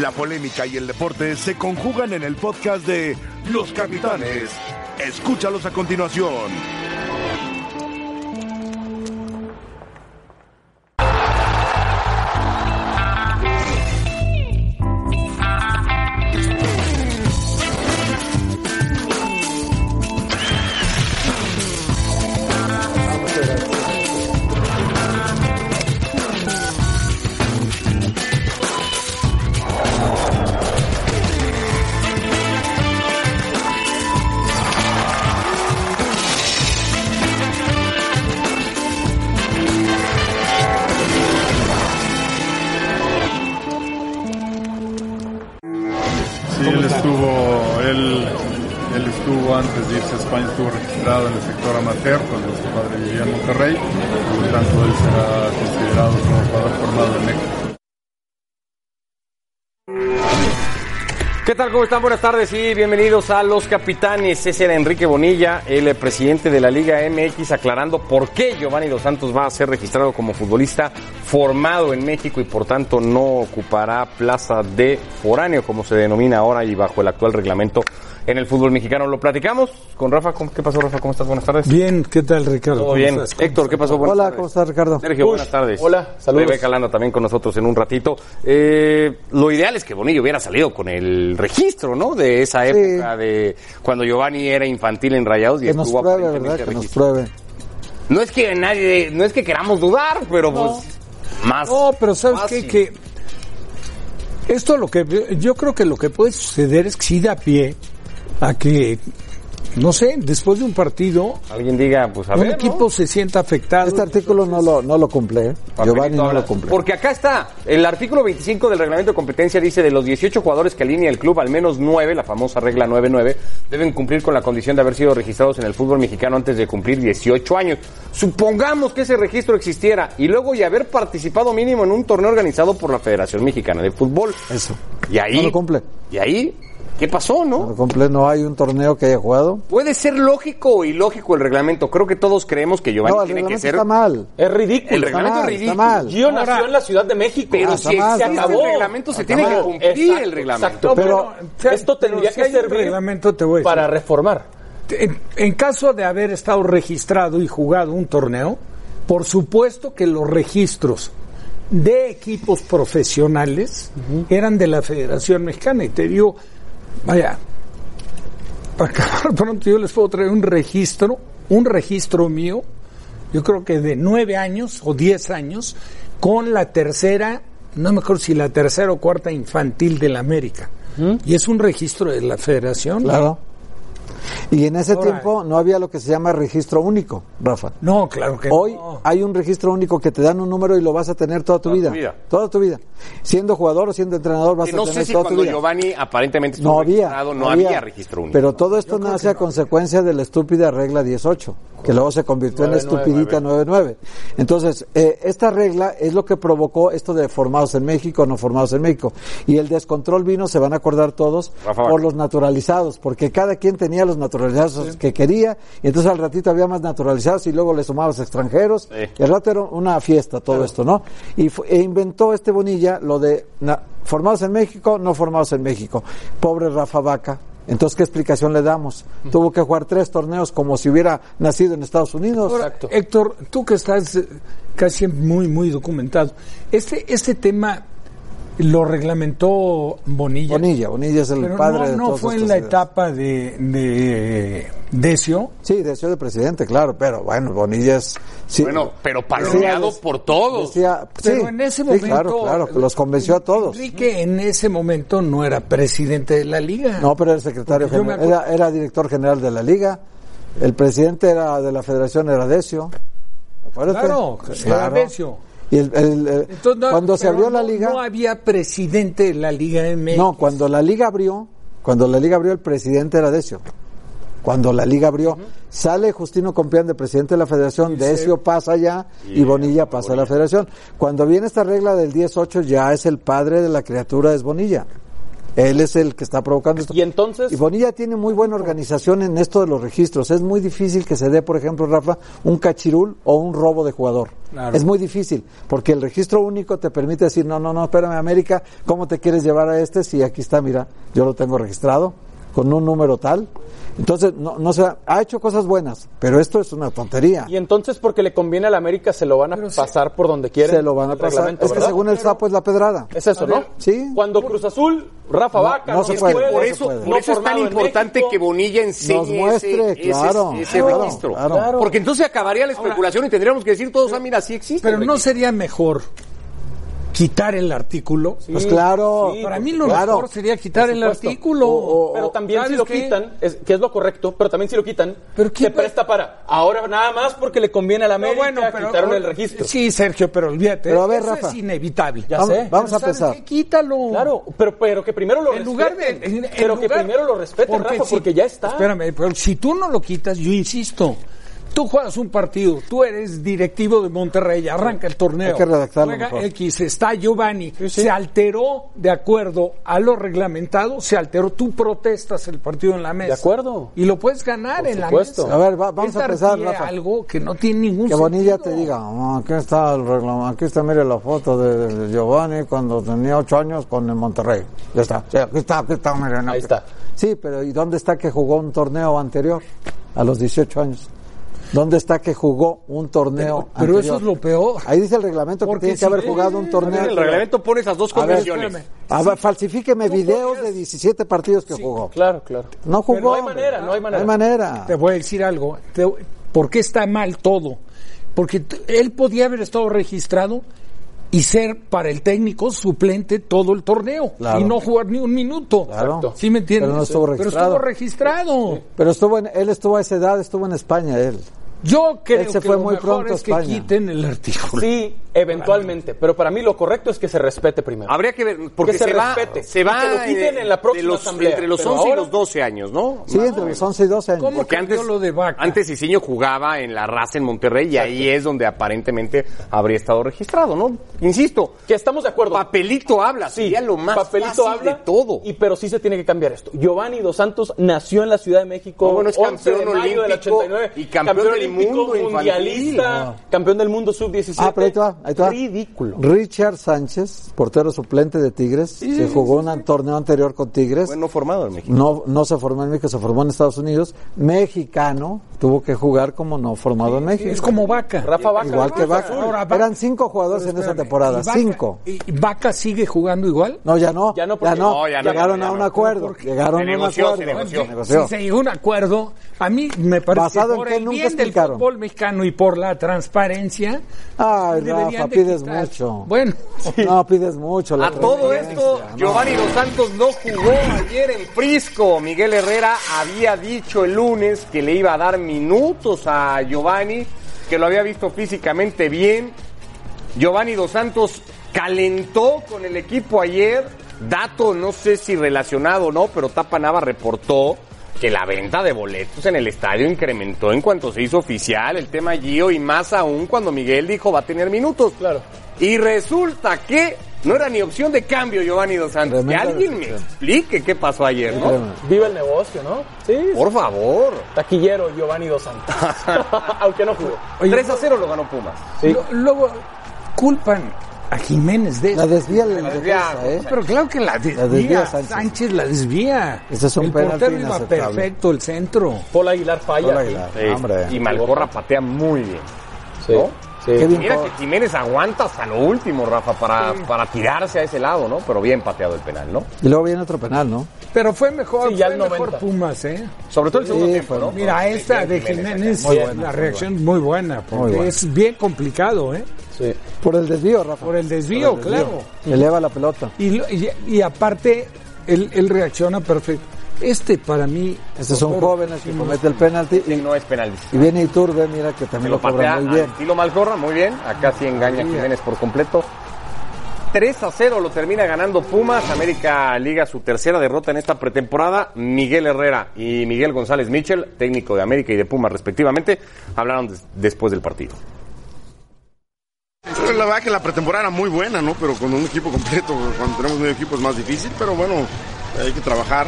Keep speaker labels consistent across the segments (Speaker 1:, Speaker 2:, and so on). Speaker 1: La polémica y el deporte se conjugan en el podcast de Los Capitanes. Escúchalos a continuación.
Speaker 2: Sí, él estuvo, él, él estuvo antes de irse a España, estuvo registrado en el sector amateur cuando su padre vivía en Monterrey, por lo tanto él será considerado como jugador formado en México.
Speaker 3: ¿Qué tal? ¿Cómo están? Buenas tardes y bienvenidos a Los Capitanes. Ese era Enrique Bonilla, el eh, presidente de la Liga MX, aclarando por qué Giovanni Dos Santos va a ser registrado como futbolista formado en México y por tanto no ocupará plaza de foráneo, como se denomina ahora y bajo el actual reglamento en el fútbol mexicano. Lo platicamos con Rafa. ¿Cómo- ¿Qué pasó, Rafa? ¿Cómo estás? Buenas tardes.
Speaker 4: Bien, ¿qué tal Ricardo?
Speaker 3: Todo
Speaker 4: ¿Cómo
Speaker 3: bien.
Speaker 4: estás?
Speaker 3: Héctor, ¿qué pasó? Buenas
Speaker 5: Hola,
Speaker 3: tardes.
Speaker 5: ¿cómo estás, Ricardo?
Speaker 3: Sergio,
Speaker 5: Uy,
Speaker 3: buenos buenas tardes.
Speaker 5: Hola, saludos.
Speaker 3: Rebeca Landa también con nosotros en un ratito. Eh, lo ideal es que Bonillo hubiera salido con el registro, ¿no? De esa época de cuando Giovanni era infantil en Rayados y
Speaker 5: Que nos
Speaker 3: estuvo
Speaker 5: pruebe,
Speaker 3: aparentemente
Speaker 5: ¿verdad? Que nos
Speaker 3: registrado.
Speaker 5: pruebe.
Speaker 3: No es que nadie, no es que queramos dudar, pero pues más.
Speaker 4: No, pero ¿sabes
Speaker 3: fácil.
Speaker 4: qué? Que esto lo que yo creo que lo que puede suceder es que sí da pie a que no sé, después de un partido
Speaker 3: alguien diga, pues a
Speaker 4: un
Speaker 3: ver, ¿no?
Speaker 4: equipo se sienta afectado.
Speaker 5: Este artículo no lo, no lo cumple, ¿eh? Giovanni no
Speaker 3: Habla-
Speaker 5: lo cumple.
Speaker 3: Porque acá está, el artículo 25 del reglamento de competencia dice de los 18 jugadores que alinea el club, al menos 9, la famosa regla 9-9, deben cumplir con la condición de haber sido registrados en el fútbol mexicano antes de cumplir 18 años. Supongamos que ese registro existiera y luego y haber participado mínimo en un torneo organizado por la Federación Mexicana de Fútbol.
Speaker 5: Eso.
Speaker 3: Y ahí...
Speaker 5: No lo cumple.
Speaker 3: Y ahí, ¿qué pasó, no?
Speaker 5: No lo cumple, no hay un torneo que haya jugado.
Speaker 3: Puede ser lógico o ilógico el reglamento. Creo que todos creemos que Giovanni
Speaker 5: No, el
Speaker 3: tiene que
Speaker 5: reglamento
Speaker 3: ser...
Speaker 5: está mal.
Speaker 6: Es ridículo.
Speaker 3: El reglamento
Speaker 5: mal,
Speaker 3: es
Speaker 5: está
Speaker 3: ridículo.
Speaker 5: mal.
Speaker 6: Gio nació en la Ciudad de México.
Speaker 3: Pero
Speaker 5: Ah,
Speaker 3: si
Speaker 5: está mal,
Speaker 3: existe
Speaker 5: está
Speaker 3: el
Speaker 5: mal.
Speaker 3: reglamento, se tiene que cumplir el reglamento.
Speaker 6: Exacto,
Speaker 5: Pero-
Speaker 6: pero, esto tendría
Speaker 4: pero si
Speaker 6: que
Speaker 4: hay un
Speaker 6: servir
Speaker 4: reglamento, te voy a decir.
Speaker 6: para reformar.
Speaker 4: En, en caso de haber estado registrado y jugado un torneo, por supuesto que los registros de equipos profesionales eran de la Federación Mexicana. Y te digo, vaya, para acabar pronto yo les puedo traer un registro, un registro mío, yo creo que de nueve años o diez años, con la tercera, no me acuerdo si la tercera o cuarta infantil de la América. Y es un registro de la Federación.
Speaker 5: ¿Mm? Claro. Y en ese
Speaker 4: Ahora-
Speaker 5: tiempo no había lo que se llama registro único, Rafa.
Speaker 4: No, claro que
Speaker 5: Hoy
Speaker 4: no.
Speaker 5: hay un registro único que te dan un número y lo vas a tener toda tu,
Speaker 3: Toda tu
Speaker 5: vida.
Speaker 3: vida.
Speaker 5: Toda tu vida. Siendo jugador o siendo entrenador vas
Speaker 3: Que
Speaker 5: a
Speaker 3: no
Speaker 5: tener
Speaker 3: sé si
Speaker 5: toda tu
Speaker 3: cuando
Speaker 5: vida.
Speaker 3: Giovanni aparentemente estuvo
Speaker 5: No había,
Speaker 3: registrado, no había, registro único.
Speaker 5: Pero todo esto nace a consecuencia de la estúpida regla 18, que luego se convirtió en la estupidita 99. Entonces, eh, esta regla es lo que provocó esto de formados en México, no formados en México. Y el descontrol vino, se van a acordar todos,
Speaker 3: Rafa
Speaker 5: por
Speaker 3: Vaca.
Speaker 5: los naturalizados, porque cada quien tenía los naturalizados que quería, y entonces al ratito había más naturalizados y luego le sumabas extranjeros.
Speaker 3: Sí.
Speaker 5: Y al rato era una fiesta todo esto, ¿no? Y fu- e inventó este Bonilla lo de na- formados en México, no formados en México. Pobre Rafa Vaca. Entonces, ¿qué explicación le damos? Tuvo que jugar tres torneos como si hubiera nacido en Estados Unidos.
Speaker 6: Exacto.
Speaker 3: eh,
Speaker 4: Héctor, tú que estás eh, casi muy, muy documentado, este, este tema lo reglamentó Bonilla.
Speaker 5: Bonilla, Bonilla es el
Speaker 4: Pero
Speaker 5: padre
Speaker 4: no,
Speaker 5: de
Speaker 4: no
Speaker 5: todos
Speaker 4: fue en
Speaker 5: estos
Speaker 4: la
Speaker 5: ideas.
Speaker 4: etapa de, de Decio.
Speaker 5: Sí, deseó de presidente, claro, pero bueno, Bonilla es... sí.
Speaker 3: Bueno, pero palomeado
Speaker 5: Decía-
Speaker 3: por todos.
Speaker 5: decía- sí,
Speaker 4: Pero en ese
Speaker 5: sí,
Speaker 4: momento.
Speaker 5: claro, claro, que los convenció a todos.
Speaker 4: Enrique en ese momento no era presidente de la liga.
Speaker 5: No, pero era el secretario
Speaker 4: Porque yo me
Speaker 5: general, era, era director general de la liga, el presidente era de la federación era Decio. Acuérdate.
Speaker 4: Claro, era Decio.
Speaker 5: Y el- el- el-
Speaker 4: Entonces, no,
Speaker 5: cuando se
Speaker 4: pero
Speaker 5: abrió la
Speaker 4: no-
Speaker 5: liga,
Speaker 4: No había presidente de la liga MX.
Speaker 5: no, cuando la liga abrió, cuando la liga abrió el presidente era Decio. Cuando la liga abrió, sale Justino Compián de presidente de la federación, Decio pasa ya y Bonilla pasa a la federación. Cuando viene esta regla del 18 ya es el padre de la criatura es Bonilla. Él es el que está provocando esto.
Speaker 6: Y entonces-
Speaker 5: Y Bonilla tiene muy buena organización en esto de los registros. Es muy difícil que se dé, por ejemplo, Rafa, un cachirul o un robo de jugador.
Speaker 4: Claro.
Speaker 5: Es muy difícil, porque el registro único te permite decir, no, no, no, espérame, América, ¿cómo te quieres llevar a este? Si aquí está, mira, yo lo tengo registrado con un número tal. Entonces, no, no se ha- ha hecho cosas buenas, pero esto es una tontería.
Speaker 6: Y entonces, porque le conviene a la América, se lo van a pasar por donde quieren.
Speaker 5: Se lo van a
Speaker 6: el
Speaker 5: pasar. Es
Speaker 6: reglamento,
Speaker 5: que
Speaker 6: ¿verdad?
Speaker 5: según el sapo es la pedrada.
Speaker 6: Es eso, ¿no?
Speaker 5: Sí.
Speaker 6: Cuando Cruz Azul, Rafa
Speaker 5: No,
Speaker 6: Vaca,
Speaker 5: no se
Speaker 6: Luis
Speaker 5: puede,
Speaker 6: Puedes,
Speaker 5: no
Speaker 3: Por
Speaker 5: se
Speaker 3: eso,
Speaker 5: puede.
Speaker 6: no
Speaker 3: por eso es tan
Speaker 6: formado en
Speaker 3: importante
Speaker 6: México.
Speaker 3: que Bonilla enseñe
Speaker 5: Nos muestre,
Speaker 3: ese,
Speaker 5: claro,
Speaker 3: ese, ese
Speaker 5: claro,
Speaker 3: registro.
Speaker 5: claro.
Speaker 3: Porque entonces acabaría la especulación y tendríamos que decir todos, ah, mira, sí existe.
Speaker 4: Pero
Speaker 3: el
Speaker 4: no
Speaker 3: registro.
Speaker 4: sería mejor quitar el artículo.
Speaker 5: Pues claro.
Speaker 6: sí,
Speaker 4: Para mí lo
Speaker 5: Claro.
Speaker 4: mejor sería quitar el
Speaker 6: supuesto.
Speaker 4: artículo.
Speaker 5: O- o-
Speaker 6: Pero también si
Speaker 4: ¿Sabes
Speaker 6: lo
Speaker 4: qué?
Speaker 6: quitan, es, que es lo correcto, pero también si lo quitan,
Speaker 4: ¿Pero qué
Speaker 6: se
Speaker 4: pa-
Speaker 6: presta para ahora nada más porque le conviene a la
Speaker 4: No,
Speaker 6: América
Speaker 4: bueno, pero-
Speaker 6: quitaron el registro.
Speaker 4: Sí, Sergio, pero olvídate.
Speaker 5: Pero a ver,
Speaker 4: eso
Speaker 5: Rafa.
Speaker 4: es inevitable.
Speaker 6: Ya
Speaker 5: vamos,
Speaker 6: sé.
Speaker 5: vamos
Speaker 4: Pero
Speaker 5: a
Speaker 4: ¿sabes
Speaker 5: pensar.
Speaker 4: qué? Quítalo.
Speaker 6: Claro, pero, pero que primero lo
Speaker 4: en
Speaker 6: respeten.
Speaker 4: lugar de. en- en
Speaker 6: pero que
Speaker 4: lugar-
Speaker 6: primero lo respeten, Rafa,
Speaker 4: si-
Speaker 6: porque ya está.
Speaker 4: Espérame, pero si tú no lo quitas, yo insisto. Tú juegas un partido, tú eres directivo de Monterrey, arranca el torneo.
Speaker 5: Hay que redactarlo
Speaker 4: Juega
Speaker 5: mejor.
Speaker 4: X, está Giovanni,
Speaker 6: sí.
Speaker 4: se alteró de acuerdo a lo reglamentado, se alteró, tú protestas el partido en la mesa.
Speaker 6: acuerdo.
Speaker 4: Y lo puedes ganar en
Speaker 6: supuesto.
Speaker 4: la mesa.
Speaker 5: A ver, va- vamos
Speaker 4: Es
Speaker 5: a pensar,
Speaker 4: darle
Speaker 5: Rafa.
Speaker 4: algo que no tiene ningún
Speaker 5: Que Bonilla te
Speaker 4: sentido.
Speaker 5: diga, "Ah, aquí está el reglamento, aquí está, mire la foto de, de Giovanni cuando tenía ocho años con el Monterrey. Ya está, sí, aquí está, aquí está, mire. no,
Speaker 6: Ahí
Speaker 5: aquí-
Speaker 6: está.
Speaker 5: Sí, pero ¿y dónde está que jugó un torneo anterior a los 18 años? ¿Dónde está que jugó un torneo
Speaker 4: Pero- pero eso
Speaker 5: anterior?
Speaker 4: es lo peor.
Speaker 5: Ahí dice el reglamento que
Speaker 4: Porque
Speaker 5: tiene que
Speaker 4: si-
Speaker 5: haber jugado un torneo.
Speaker 3: El reglamento pone esas dos
Speaker 5: A ver,
Speaker 3: condiciones.
Speaker 5: espérame. A ver, falsifíqueme videos de 17 partidos que jugó.
Speaker 6: Claro, claro.
Speaker 5: No jugó.
Speaker 6: no hay
Speaker 5: hombre.
Speaker 6: manera, no hay manera.
Speaker 5: No hay manera.
Speaker 4: Te voy a decir algo. Te- ¿Por qué está mal todo? Porque t- él podía haber estado registrado y ser para el técnico suplente todo el torneo
Speaker 5: Claro.
Speaker 4: y no jugar ni un minuto.
Speaker 5: Claro.
Speaker 4: ¿Sí me entiendes?
Speaker 5: Pero no estuvo registrado.
Speaker 4: estuvo registrado.
Speaker 5: Pero estuvo en- él estuvo a esa edad, estuvo en España él.
Speaker 4: Yo creo
Speaker 5: Él se
Speaker 4: que
Speaker 5: fue
Speaker 4: lo
Speaker 5: muy
Speaker 4: mejor
Speaker 5: pronto a
Speaker 4: es que
Speaker 5: España.
Speaker 4: quiten el artículo.
Speaker 6: Sí, eventualmente, pero para mí lo correcto es que se respete primero.
Speaker 3: Habría que ver, porque
Speaker 6: Que
Speaker 3: se,
Speaker 6: se
Speaker 3: va,
Speaker 6: respete.
Speaker 3: se
Speaker 6: Y
Speaker 3: va
Speaker 6: que lo quiten
Speaker 3: eh,
Speaker 6: en la
Speaker 3: de
Speaker 6: próxima
Speaker 3: los-
Speaker 6: asamblea.
Speaker 3: entre los
Speaker 6: Pero
Speaker 3: 11 y
Speaker 6: ahora-
Speaker 3: los 12 años, ¿no?
Speaker 5: Sí, entre los 11 y 12 años.
Speaker 4: ¿Cómo
Speaker 3: Porque antes,
Speaker 4: cambió lo de Vaca?
Speaker 3: antes Isiño jugaba en la raza en Monterrey y ahí es donde aparentemente habría estado registrado, ¿no? Insisto,
Speaker 6: Que estamos de acuerdo.
Speaker 3: papelito habla, sería lo más fácil de todo.
Speaker 6: Y pero sí se tiene que cambiar esto. Giovanni dos Santos nació en la Ciudad de México.
Speaker 3: No, bueno, es
Speaker 6: 11 de
Speaker 3: campeón
Speaker 6: mayo del
Speaker 3: olímpico
Speaker 6: 89,
Speaker 3: y campeón del mundo infantil.
Speaker 6: mundialista, campeón del mundo sub 17.
Speaker 5: Ah, pero ahí te va, ahí te va.
Speaker 6: Ridículo.
Speaker 5: Richard Sánchez, portero suplente de Tigres, que jugó un an- torneo anterior con Tigres.
Speaker 3: Fue no formado en México.
Speaker 5: No, no se formó en México, se formó en Estados Unidos. Mexicano, tuvo que jugar como no formado en México.
Speaker 4: Es como Vaca.
Speaker 6: Rafa Vaca.
Speaker 5: Igual que Vaca.
Speaker 4: Ahora, Vaca-
Speaker 5: Eran cinco jugadores en esa
Speaker 4: Espérame,
Speaker 5: temporada,
Speaker 4: ¿y Vaca-
Speaker 5: cinco.
Speaker 4: ¿Y Vaca sigue jugando igual?
Speaker 5: No, ya no.
Speaker 6: Ya no,
Speaker 5: ya
Speaker 6: porque-
Speaker 5: no.
Speaker 3: No, ya no,
Speaker 5: Llegaron
Speaker 3: ya
Speaker 5: a
Speaker 3: no.
Speaker 5: un acuerdo. Llegaron a
Speaker 3: Se
Speaker 5: un
Speaker 3: negoció,
Speaker 5: acuerdo.
Speaker 3: se negoció.
Speaker 5: Se
Speaker 4: Si se llegó a un acuerdo, a mí me parece
Speaker 5: ¿Basado
Speaker 4: que
Speaker 5: en
Speaker 4: por
Speaker 5: qué?
Speaker 4: el
Speaker 5: Nunca
Speaker 4: bien del
Speaker 5: explicaron.
Speaker 4: fútbol mexicano y por la transparencia,
Speaker 5: Ay,
Speaker 4: deberían
Speaker 5: Rafa,
Speaker 4: de
Speaker 5: pides
Speaker 4: quitar.
Speaker 5: Pues mucho.
Speaker 4: Bueno,
Speaker 5: No, pides mucho. la
Speaker 3: A todo
Speaker 5: referencia,
Speaker 3: esto,
Speaker 5: no.
Speaker 3: Giovanni Dos Santos no jugó ayer en Frisco. Miguel Herrera había dicho el lunes que le iba a dar minutos a Giovanni, que lo había visto físicamente bien. Giovanni Dos Santos calentó con el equipo ayer. Dato, no sé si relacionado o no, pero Tapanava reportó que la venta de boletos en el estadio incrementó en cuanto se hizo oficial el tema Gio y más aún cuando Miguel dijo va a tener minutos.
Speaker 6: Claro.
Speaker 3: Y resulta que no era ni opción de cambio Giovanni Dos Santos. Que
Speaker 5: Tremenda
Speaker 3: alguien me
Speaker 5: decepción.
Speaker 3: explique qué pasó ayer, ¿no?
Speaker 6: Viva el negocio, ¿no? Sí.
Speaker 3: Por favor.
Speaker 6: Taquillero Giovanni dos Santos. Aunque no jugó.
Speaker 3: 3 a 0 lo ganó Pumas.
Speaker 4: lo- luego culpan a Jiménez de
Speaker 5: La
Speaker 4: eso.
Speaker 5: desvía la
Speaker 3: desvía.
Speaker 5: defensa, ¿eh?
Speaker 4: Pero claro que la desvía.
Speaker 5: desvía
Speaker 4: Sánchez.
Speaker 5: Sánchez.
Speaker 4: la desvía.
Speaker 5: Ese es un
Speaker 4: el
Speaker 5: penalti
Speaker 4: portero iba
Speaker 5: inaceptable.
Speaker 4: perfecto, el centro.
Speaker 6: Paul Aguilar falla.
Speaker 5: Hola,
Speaker 6: aquí.
Speaker 5: Aguilar.
Speaker 3: Sí.
Speaker 5: Hombre.
Speaker 3: Y Malcorra patea muy bien.
Speaker 6: Sí.
Speaker 3: ¿No?
Speaker 6: Sí.
Speaker 5: Qué bien.
Speaker 3: Mira que Jiménez aguanta hasta lo último, Rafa, para, para tirarse a ese lado, ¿no? Pero bien pateado el penal, ¿no?
Speaker 5: Y luego viene otro penal, ¿no?
Speaker 4: Pero fue mejor,
Speaker 6: Sí, ya
Speaker 4: fue
Speaker 6: el
Speaker 4: mejor
Speaker 6: 90.
Speaker 4: Pumas, ¿eh?
Speaker 3: Sobre todo el segundo
Speaker 5: Sí,
Speaker 3: tiempo,
Speaker 5: fue-
Speaker 3: ¿no?
Speaker 4: Mira, esta de Jiménez,
Speaker 5: Muy buena,
Speaker 4: la
Speaker 5: muy
Speaker 4: reacción muy buena, porque
Speaker 5: Muy buena.
Speaker 4: es bien complicado, ¿eh?
Speaker 6: Sí.
Speaker 5: Por el desvío, Rafa.
Speaker 4: Por el desvío, claro.
Speaker 5: Eleva la pelota.
Speaker 4: Y, lo- y, y aparte, él, él reacciona perfecto. Este para mí.
Speaker 5: Este es un joven el que comete el penalti.
Speaker 3: Sí,
Speaker 5: Y,
Speaker 3: no es penalista.
Speaker 5: y viene Iturbe, mira que también
Speaker 3: lo
Speaker 5: lo cobra
Speaker 3: patea
Speaker 5: muy
Speaker 3: al
Speaker 5: bien.
Speaker 3: estilo Malcorra, muy bien. Acá sí engaña Jiménez por completo. 3 a 0 lo termina ganando Pumas. América Liga su tercera derrota en esta pretemporada. Miguel Herrera y Miguel González Mitchell, técnico de América y de Pumas respectivamente, hablaron des- después del partido.
Speaker 1: La verdad que la pretemporada era muy buena, ¿no? Pero con un equipo completo, cuando tenemos medio equipo es más difícil, pero bueno, hay que trabajar,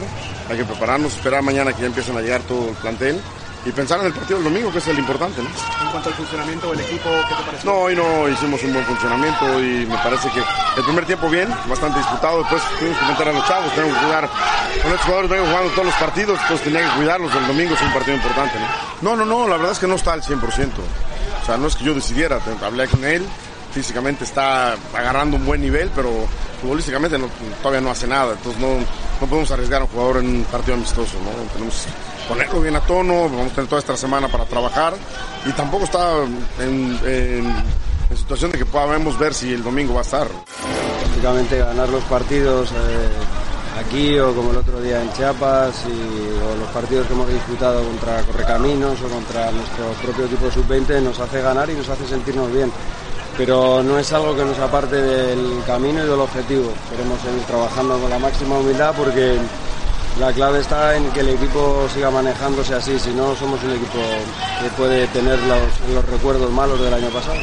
Speaker 1: hay que prepararnos, esperar mañana que ya empiecen a llegar todo el plantel y pensar en el partido del domingo, que es el importante, ¿no?
Speaker 7: En cuanto al funcionamiento del equipo, ¿qué te pareció?
Speaker 1: No, hoy no hicimos un buen funcionamiento y me parece que el primer tiempo bien, bastante disputado, después tuvimos que meter a los chavos, tengo que jugar con estos jugadores, vengo jugando todos los partidos, entonces tenía que cuidarlos, el domingo es un partido importante, ¿no? No, no, no, la verdad es que no está al 100%, o sea, no es que yo decidiera, te- hablé con él, físicamente está agarrando un buen nivel, pero futbolísticamente no- todavía no hace nada, entonces no, no podemos arriesgar a un jugador en un partido amistoso, ¿no? Tenemos que ponerlo bien a tono, vamos a tener toda esta semana para trabajar y tampoco está en, en- en situación de que podamos ver si el domingo va a estar.
Speaker 8: prácticamente ganar los partidos eh, aquí o como el otro día en Chiapas y, o los partidos que hemos disputado contra Correcaminos o contra nuestro propio equipo sub-20 nos hace ganar y nos hace sentirnos bien. Pero no es algo que nos aparte del camino y del objetivo. Queremos seguir trabajando con la máxima humildad porque la clave está en que el equipo siga manejándose así, si no somos un equipo que puede tener los- los recuerdos malos del año pasado.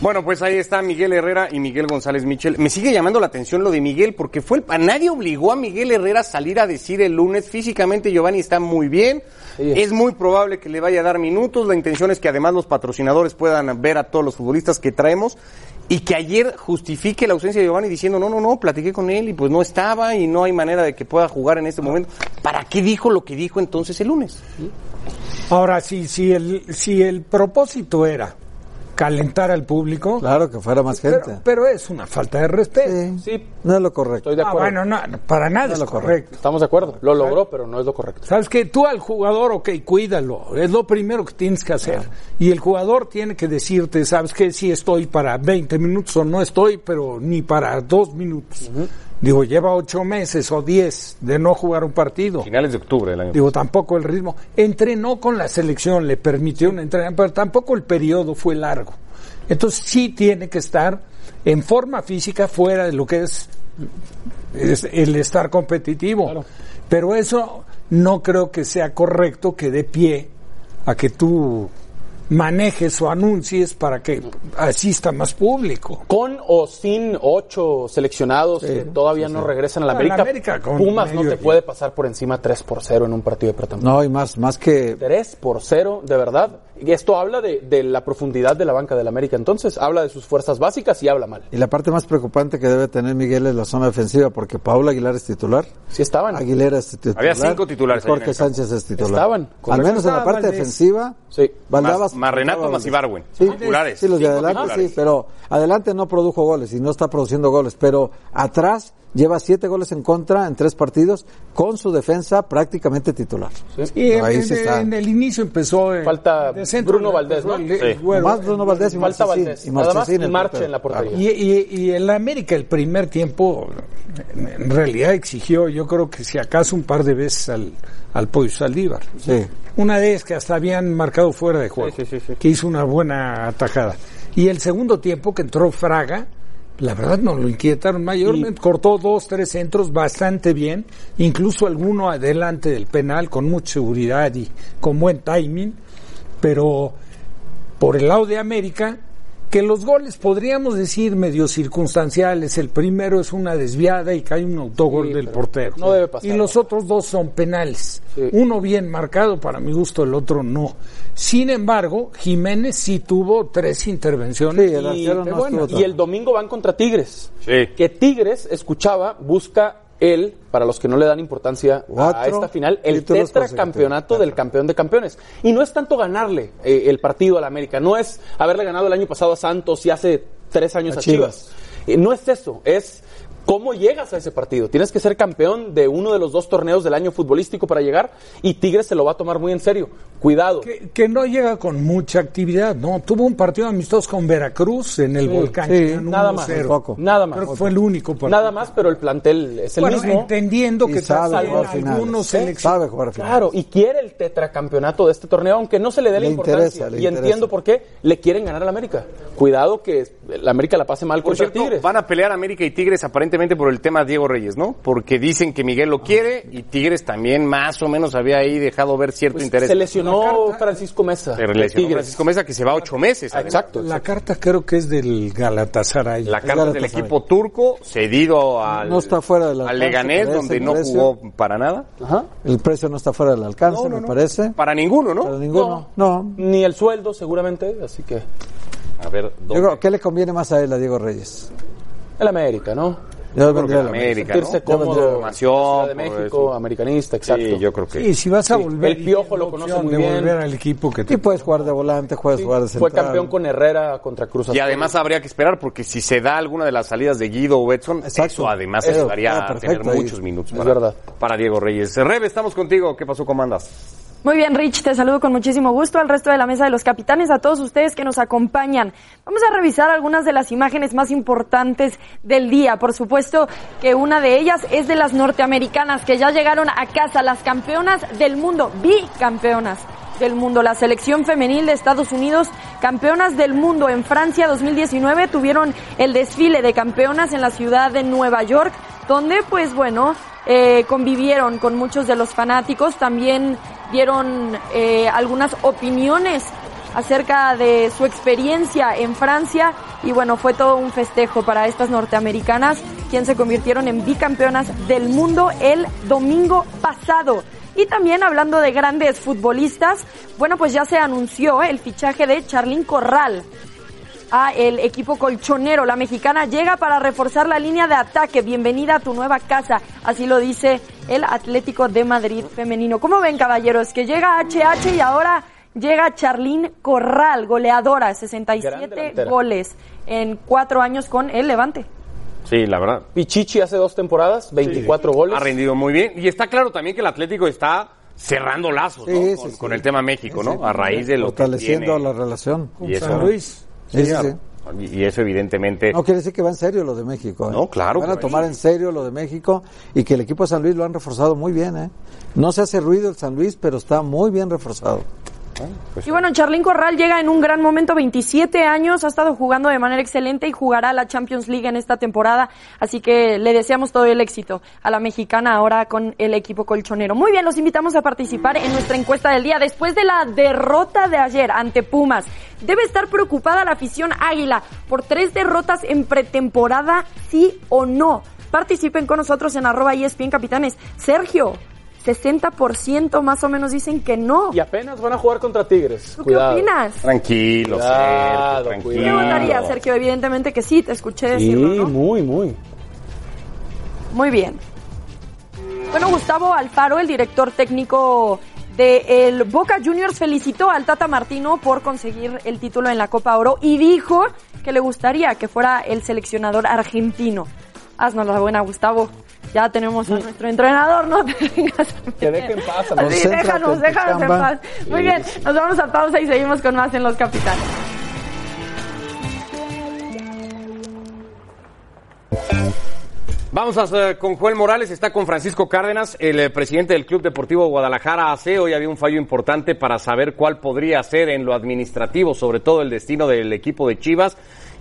Speaker 3: Bueno, pues ahí está Miguel Herrera y Miguel González Michel. Me sigue llamando la atención lo de Miguel porque fue el, a nadie obligó a Miguel Herrera a salir a decir el lunes físicamente Giovanni está muy bien. Es muy probable que le vaya a dar minutos. La intención es que además los patrocinadores puedan ver a todos los futbolistas que traemos y que ayer justifique la ausencia de Giovanni diciendo no, no, no, platiqué con él y pues no estaba y no hay manera de que pueda jugar en este momento. ¿Para qué dijo lo que dijo entonces el lunes?
Speaker 4: Ahora, sí, si el, si el propósito era calentar al público,
Speaker 5: Claro, que fuera más gente.
Speaker 4: pero, pero es una falta de respeto.
Speaker 6: Sí,
Speaker 5: no es lo correcto.
Speaker 6: estoy de
Speaker 4: Ah,
Speaker 6: acuerdo.
Speaker 4: bueno, no, no, para nada es correcto.
Speaker 6: Estamos de acuerdo. Lo logró, pero no es lo correcto.
Speaker 4: Sabes que tú al jugador, ok, cuídalo, es lo primero que tienes que hacer. Y el jugador tiene que decirte, sabes que sí estoy para 20 minutos o no estoy, pero ni para dos minutos. Digo, lleva ocho meses o diez de no jugar un partido.
Speaker 9: Finales de octubre del año.
Speaker 4: Digo, tampoco el ritmo. Entrenó con la selección, le permitió entrenar, pero tampoco el periodo fue largo. Entonces sí tiene que estar en forma física fuera de lo que es, es el estar competitivo. Pero eso no creo que sea correcto que dé pie a que tú manejes o anuncies para que asista más público.
Speaker 6: Con o sin ocho seleccionados que todavía no regresan a la
Speaker 4: Ah, la
Speaker 6: América,
Speaker 4: América con
Speaker 6: Pumas no
Speaker 4: medio
Speaker 6: te
Speaker 4: equipo.
Speaker 6: puede pasar por encima 3 por 0 en un partido de pretemporada.
Speaker 5: No, y más, más que
Speaker 6: 3 por 0, de verdad. Y esto habla de, de la profundidad de la banca del América. Entonces, habla de sus fuerzas básicas y habla mal.
Speaker 5: Y la parte más preocupante que debe tener Miguel es la zona defensiva, porque Paula Aguilar es titular,
Speaker 6: Sí estaban.
Speaker 5: Aguilera es titular.
Speaker 9: Había cinco titulares ahí en
Speaker 5: Jorge
Speaker 9: el campo.
Speaker 5: Sánchez es titular.
Speaker 6: Estaban,
Speaker 5: Al
Speaker 6: correcto.
Speaker 5: menos en la
Speaker 4: Estaba
Speaker 5: parte
Speaker 4: Valdés.
Speaker 5: defensa defensiva.
Speaker 6: Sí.
Speaker 5: Valdabas-
Speaker 9: Más- más Renato,
Speaker 5: Valdabas-
Speaker 9: más Ibargüen.
Speaker 5: Sí,
Speaker 9: Titulares.
Speaker 5: sí, los de
Speaker 9: Cinco
Speaker 5: adelante
Speaker 9: titulares.
Speaker 5: sí, pero adelante no produjo goles y no está produciendo goles, pero atrás lleva siete goles en contra en tres partidos con su defensa prácticamente titular.
Speaker 4: Y en,
Speaker 5: Ahí sí
Speaker 4: en-
Speaker 5: está.
Speaker 4: en el inicio empezó... eh,
Speaker 6: Falta Bruno Valdés,
Speaker 4: empezó
Speaker 6: ¿no?
Speaker 4: el- el
Speaker 9: Sí.
Speaker 4: güero.
Speaker 5: Más Bruno Valdés y
Speaker 6: Falta
Speaker 5: Marchesín.
Speaker 6: Valdés.
Speaker 5: Y
Speaker 6: Nada más,
Speaker 5: Marchesín
Speaker 6: y
Speaker 5: el
Speaker 6: Marcha
Speaker 5: portero.
Speaker 6: en la portería.
Speaker 4: Y, y, y el América el primer tiempo en en realidad exigió, yo creo que si acaso un par de veces al, al Pollo Saldívar.
Speaker 5: Sí.
Speaker 4: Una de ellas que hasta habían marcado fuera de juego, que hizo una buena atajada. Y el segundo tiempo que entró Fraga, la verdad nos lo inquietaron mayormente, cortó dos, tres centros bastante bien, incluso alguno adelante del penal con mucha seguridad y con buen timing, pero por el lado de América, que los goles podríamos decir medio circunstanciales. El primero es una desviada y cae un autogol
Speaker 6: Sí,
Speaker 4: del
Speaker 6: pero
Speaker 4: portero.
Speaker 6: no debe pasar.
Speaker 4: Y los otros dos son penales.
Speaker 6: Sí.
Speaker 4: Uno bien marcado para mi gusto, el otro no. Sin embargo, Jiménez sí tuvo tres intervenciones.
Speaker 5: Sí, el
Speaker 4: y-
Speaker 5: arquero no
Speaker 4: bueno,
Speaker 5: estuvo
Speaker 4: y
Speaker 6: eh, Y el domingo van contra Tigres.
Speaker 9: Sí.
Speaker 6: Que Tigres, escuchaba, busca él, para los que no le dan importancia a
Speaker 5: Cuatro
Speaker 6: esta final, el
Speaker 5: títulos
Speaker 6: tetracampeonato
Speaker 5: consecutivos.
Speaker 6: del campeón de campeones. Y no es tanto ganarle eh, el partido al América, no es haberle ganado el año pasado a Santos y hace tres años
Speaker 5: A
Speaker 6: a Chivas. Eh, no es eso, es cómo llegas a ese partido. Tienes que ser campeón de uno de los dos torneos del año futbolístico para llegar y Tigres se lo va a tomar muy en serio. Cuidado.
Speaker 4: que, que no llega con mucha actividad, ¿no? Tuvo un partido amistoso con Veracruz en el Volcán.
Speaker 5: sí,
Speaker 4: en
Speaker 6: nada más,
Speaker 4: 1-0.
Speaker 5: poco.
Speaker 6: Nada más.
Speaker 4: Creo que fue el único partido.
Speaker 6: Nada más, pero el plantel es el
Speaker 4: Bueno,
Speaker 6: mismo.
Speaker 4: entendiendo que
Speaker 5: Y sabe
Speaker 4: también
Speaker 5: jugar
Speaker 4: algunos
Speaker 5: finales.
Speaker 4: seleccionados.
Speaker 5: Sabe jugar finales.
Speaker 6: Claro, y quiere el tetracampeonato de este torneo, aunque no se le dé la
Speaker 5: Le
Speaker 6: importancia.
Speaker 5: interesa, le
Speaker 6: y
Speaker 5: interesa.
Speaker 6: entiendo por qué le quieren ganar al América. Cuidado que la América la pase mal
Speaker 3: Por
Speaker 6: contra
Speaker 3: cierto,
Speaker 6: Tigres.
Speaker 3: van a pelear América y Tigres aparentemente. evidentemente por el tema Diego Reyes, ¿no? Porque dicen que Miguel lo quiere y Tigres también más o menos había ahí dejado ver cierto
Speaker 6: Pues,
Speaker 3: interés.
Speaker 6: se lesionó Francisco Mesa.
Speaker 3: Se lesionó
Speaker 6: de Tigres.
Speaker 3: Francisco Mesa que se va ocho meses. además.
Speaker 6: Exacto.
Speaker 4: La carta creo que es del Galatasaray.
Speaker 3: La carta del
Speaker 5: Galatasaray.
Speaker 3: equipo turco cedido al,
Speaker 5: No está fuera de la
Speaker 3: al
Speaker 5: alcance,
Speaker 3: Leganés,
Speaker 5: parece,
Speaker 3: donde no
Speaker 5: parece.
Speaker 3: jugó para nada.
Speaker 6: Ajá.
Speaker 5: El precio no está fuera del alcance, me parece.
Speaker 3: Para ninguno, ¿no?
Speaker 5: Para ninguno. No.
Speaker 6: Ni el sueldo, seguramente. Así que.
Speaker 3: A ver,
Speaker 5: Yo
Speaker 3: ¿dónde?
Speaker 5: creo, ¿qué le conviene más a él, a Diego Reyes?
Speaker 6: El América, ¿no?
Speaker 3: creo
Speaker 5: Yo
Speaker 3: que
Speaker 5: vendría a la
Speaker 3: América, ¿no?
Speaker 6: Sentirse
Speaker 3: Ya
Speaker 6: cómodo.
Speaker 3: vendría la formación,
Speaker 6: Ciudad de
Speaker 3: por
Speaker 6: México,
Speaker 3: eso.
Speaker 6: americanista, exacto.
Speaker 3: Sí, yo creo que.
Speaker 4: Y si vas a
Speaker 6: Sí,
Speaker 4: volver.
Speaker 6: el Piojo lo
Speaker 4: y tienes
Speaker 6: conoce
Speaker 4: opción
Speaker 6: muy
Speaker 4: de
Speaker 6: bien.
Speaker 4: volver al equipo que
Speaker 5: Y
Speaker 4: te.
Speaker 5: puedes jugar de volante, puedes jugar de
Speaker 6: Fue
Speaker 5: central.
Speaker 6: campeón con Herrera contra Cruz Azul.
Speaker 3: Y además habría que esperar porque si se da alguna de las salidas de Guido o Edson,
Speaker 5: Exacto.
Speaker 3: eso además
Speaker 5: Eso,
Speaker 3: ayudaría
Speaker 5: ah,
Speaker 3: a tener
Speaker 5: perfecto, ahí.
Speaker 3: muchos minutos
Speaker 6: Es
Speaker 3: para,
Speaker 6: verdad.
Speaker 3: para Diego Reyes. Rebe, estamos contigo. ¿Qué pasó? ¿Cómo andas?
Speaker 10: Muy bien, Rich, te saludo con muchísimo gusto al resto de la mesa de los capitanes, a todos ustedes que nos acompañan. Vamos a revisar algunas de las imágenes más importantes del día. Por supuesto que una de ellas es de las norteamericanas que ya llegaron a casa, las campeonas del mundo, bicampeonas del mundo. La selección femenil de Estados Unidos, campeonas del mundo en Francia 2019, tuvieron el desfile de campeonas en la ciudad de Nueva York, donde pues bueno, eh, convivieron con muchos de los fanáticos, también dieron eh, algunas opiniones acerca de su experiencia en Francia y bueno, fue todo un festejo para estas norteamericanas, quien se convirtieron en bicampeonas del mundo el domingo pasado. Y también hablando de grandes futbolistas, bueno, pues ya se anunció el fichaje de Charlín Corral a el equipo colchonero. La mexicana llega para reforzar la línea de ataque. Bienvenida a tu nueva casa. Así lo dice el Atlético de Madrid femenino. ¿Cómo ven, caballeros? Que llega HH y ahora llega Charlín Corral, goleadora,
Speaker 6: Gran
Speaker 10: 67
Speaker 6: delantera.
Speaker 10: goles en cuatro años con el Levante.
Speaker 3: Sí, la verdad.
Speaker 6: Pichichi hace dos temporadas, 24 goles.
Speaker 3: Ha rendido muy bien. Y está claro también que el Atlético está cerrando lazos ¿no?
Speaker 5: Sí, sí,
Speaker 3: con,
Speaker 5: sí.
Speaker 3: con el tema México, ¿no? a raíz de lo que
Speaker 5: Fortaleciendo
Speaker 3: tiene.
Speaker 5: la relación.
Speaker 3: Y eso,
Speaker 4: San Luis.
Speaker 5: Sí, sí,
Speaker 3: claro.
Speaker 5: sí.
Speaker 3: Y- y eso evidentemente...
Speaker 5: No quiere decir que va en serio lo de México. ¿eh?
Speaker 3: No, claro,
Speaker 5: Van a
Speaker 3: pues.
Speaker 5: tomar en serio lo de México y que el equipo de San Luis lo han reforzado muy bien. ¿eh? No se hace ruido el San Luis, pero está muy bien reforzado.
Speaker 10: Y bueno, Charlín Corral llega en un gran momento, 27 años, ha estado jugando de manera excelente y jugará la Champions League en esta temporada, así que le deseamos todo el éxito a la mexicana ahora con el equipo colchonero. Muy bien, los invitamos a participar en nuestra encuesta del día. Después de la derrota de ayer ante Pumas, ¿debe estar preocupada la afición Águila por tres derrotas en pretemporada, sí o no? Participen con nosotros en arroba E ESPN Capitanes. Sergio, 60% más o menos dicen que no.
Speaker 6: Y apenas van a jugar contra Tigres.
Speaker 10: ¿Tú
Speaker 6: Cuidado.
Speaker 10: qué opinas?
Speaker 3: Tranquilo,
Speaker 6: Cuidado,
Speaker 3: Sergio,
Speaker 6: cuidado.
Speaker 10: ¿Qué
Speaker 3: tranquilo.
Speaker 10: votaría, Sergio? Evidentemente que sí, te escuché
Speaker 6: Sí,
Speaker 10: decirlo, ¿no?
Speaker 6: muy, muy.
Speaker 10: Muy bien. Bueno, Gustavo Alfaro, el director técnico de el Boca Juniors, felicitó al Tata Martino por conseguir el título en la Copa Oro y dijo que le gustaría que fuera el seleccionador argentino. Haznos la buena, Gustavo. Ya tenemos a nuestro entrenador, no te vengas a
Speaker 6: Que
Speaker 10: meter.
Speaker 6: dejen paz a
Speaker 10: Sí,
Speaker 5: Concéntrate en
Speaker 10: déjanos,
Speaker 5: tu
Speaker 10: déjanos en
Speaker 5: chamba.
Speaker 10: paz. Muy bien, nos vamos a pausa y seguimos con más en Los Capitanes.
Speaker 3: Vamos a, eh, con Joel Morales, está con Francisco Cárdenas, el eh, presidente del Club Deportivo Guadalajara AC. Hoy había un fallo importante para saber cuál podría ser en lo administrativo, sobre todo el destino del equipo de Chivas,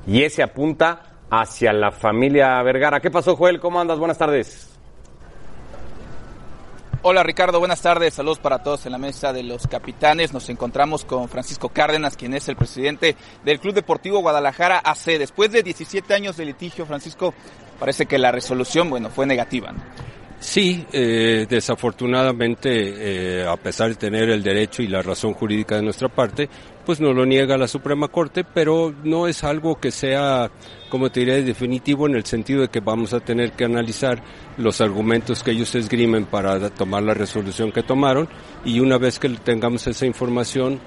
Speaker 3: y ese apunta hacia la familia Vergara. ¿Qué pasó, Joel? ¿Cómo andas? Buenas tardes.
Speaker 11: Hola Ricardo, buenas tardes, saludos para todos en la mesa de los capitanes. Nos encontramos con Francisco Cárdenas, quien es el presidente del Club Deportivo Guadalajara AC. Después de 17 años de litigio, Francisco, parece que la resolución, bueno, fue negativa. ¿no?
Speaker 12: Sí, eh, desafortunadamente, eh, a pesar de tener el derecho y la razón jurídica de nuestra parte, pues nos lo niega la Suprema Corte, pero no es algo que sea, como te diré, definitivo en el sentido de que vamos a tener que analizar los argumentos que ellos esgrimen para da- tomar la resolución que tomaron y una vez que tengamos esa información,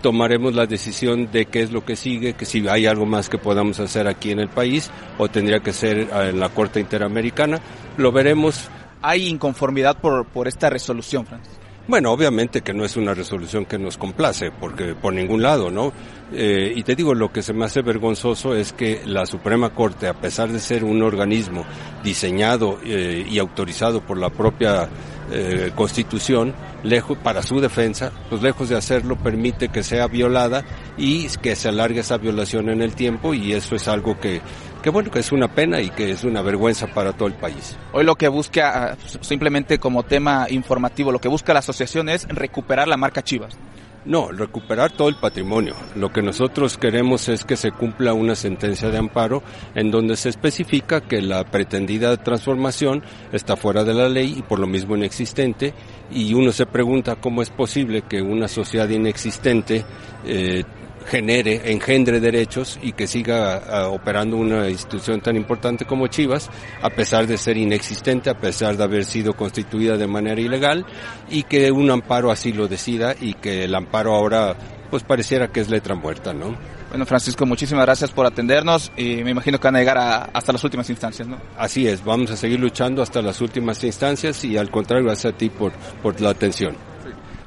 Speaker 12: tomaremos la decisión de qué es lo que sigue, que si hay algo más que podamos hacer aquí en el país o tendría que ser eh, en la Corte Interamericana. Lo veremos
Speaker 11: Hay inconformidad por, por esta resolución, Francisco.
Speaker 12: bueno, obviamente que no es una resolución que nos complace, porque por ningún lado, ¿no? Eh, y te digo, lo que se me hace vergonzoso es que la Suprema Corte, a pesar de ser un organismo diseñado eh, y autorizado por la propia eh, Constitución, lejos, para su defensa, pues lejos de hacerlo, permite que sea violada y que se alargue esa violación en el tiempo, y eso es algo que que bueno, que es una pena y que es una vergüenza para todo el país.
Speaker 11: Hoy lo que busca, ah, simplemente como tema informativo, lo que busca la asociación es recuperar la marca Chivas.
Speaker 12: No, recuperar todo el patrimonio. Lo que nosotros queremos es que se cumpla una sentencia de amparo en donde se especifica que la pretendida transformación está fuera de la ley y por lo mismo inexistente. Y uno se pregunta cómo es posible que una sociedad inexistente eh, genere, engendre derechos y que siga ah, operando una institución tan importante como Chivas, a pesar de ser inexistente, a pesar de haber sido constituida de manera ilegal y que un amparo así lo decida y que el amparo ahora pues pareciera que es letra muerta, ¿no?
Speaker 11: Bueno, Francisco, muchísimas gracias por atendernos y me imagino que van a llegar a- hasta las últimas instancias, ¿no?
Speaker 12: Así es, vamos a seguir luchando hasta las últimas instancias y al contrario, gracias a ti por, por la atención.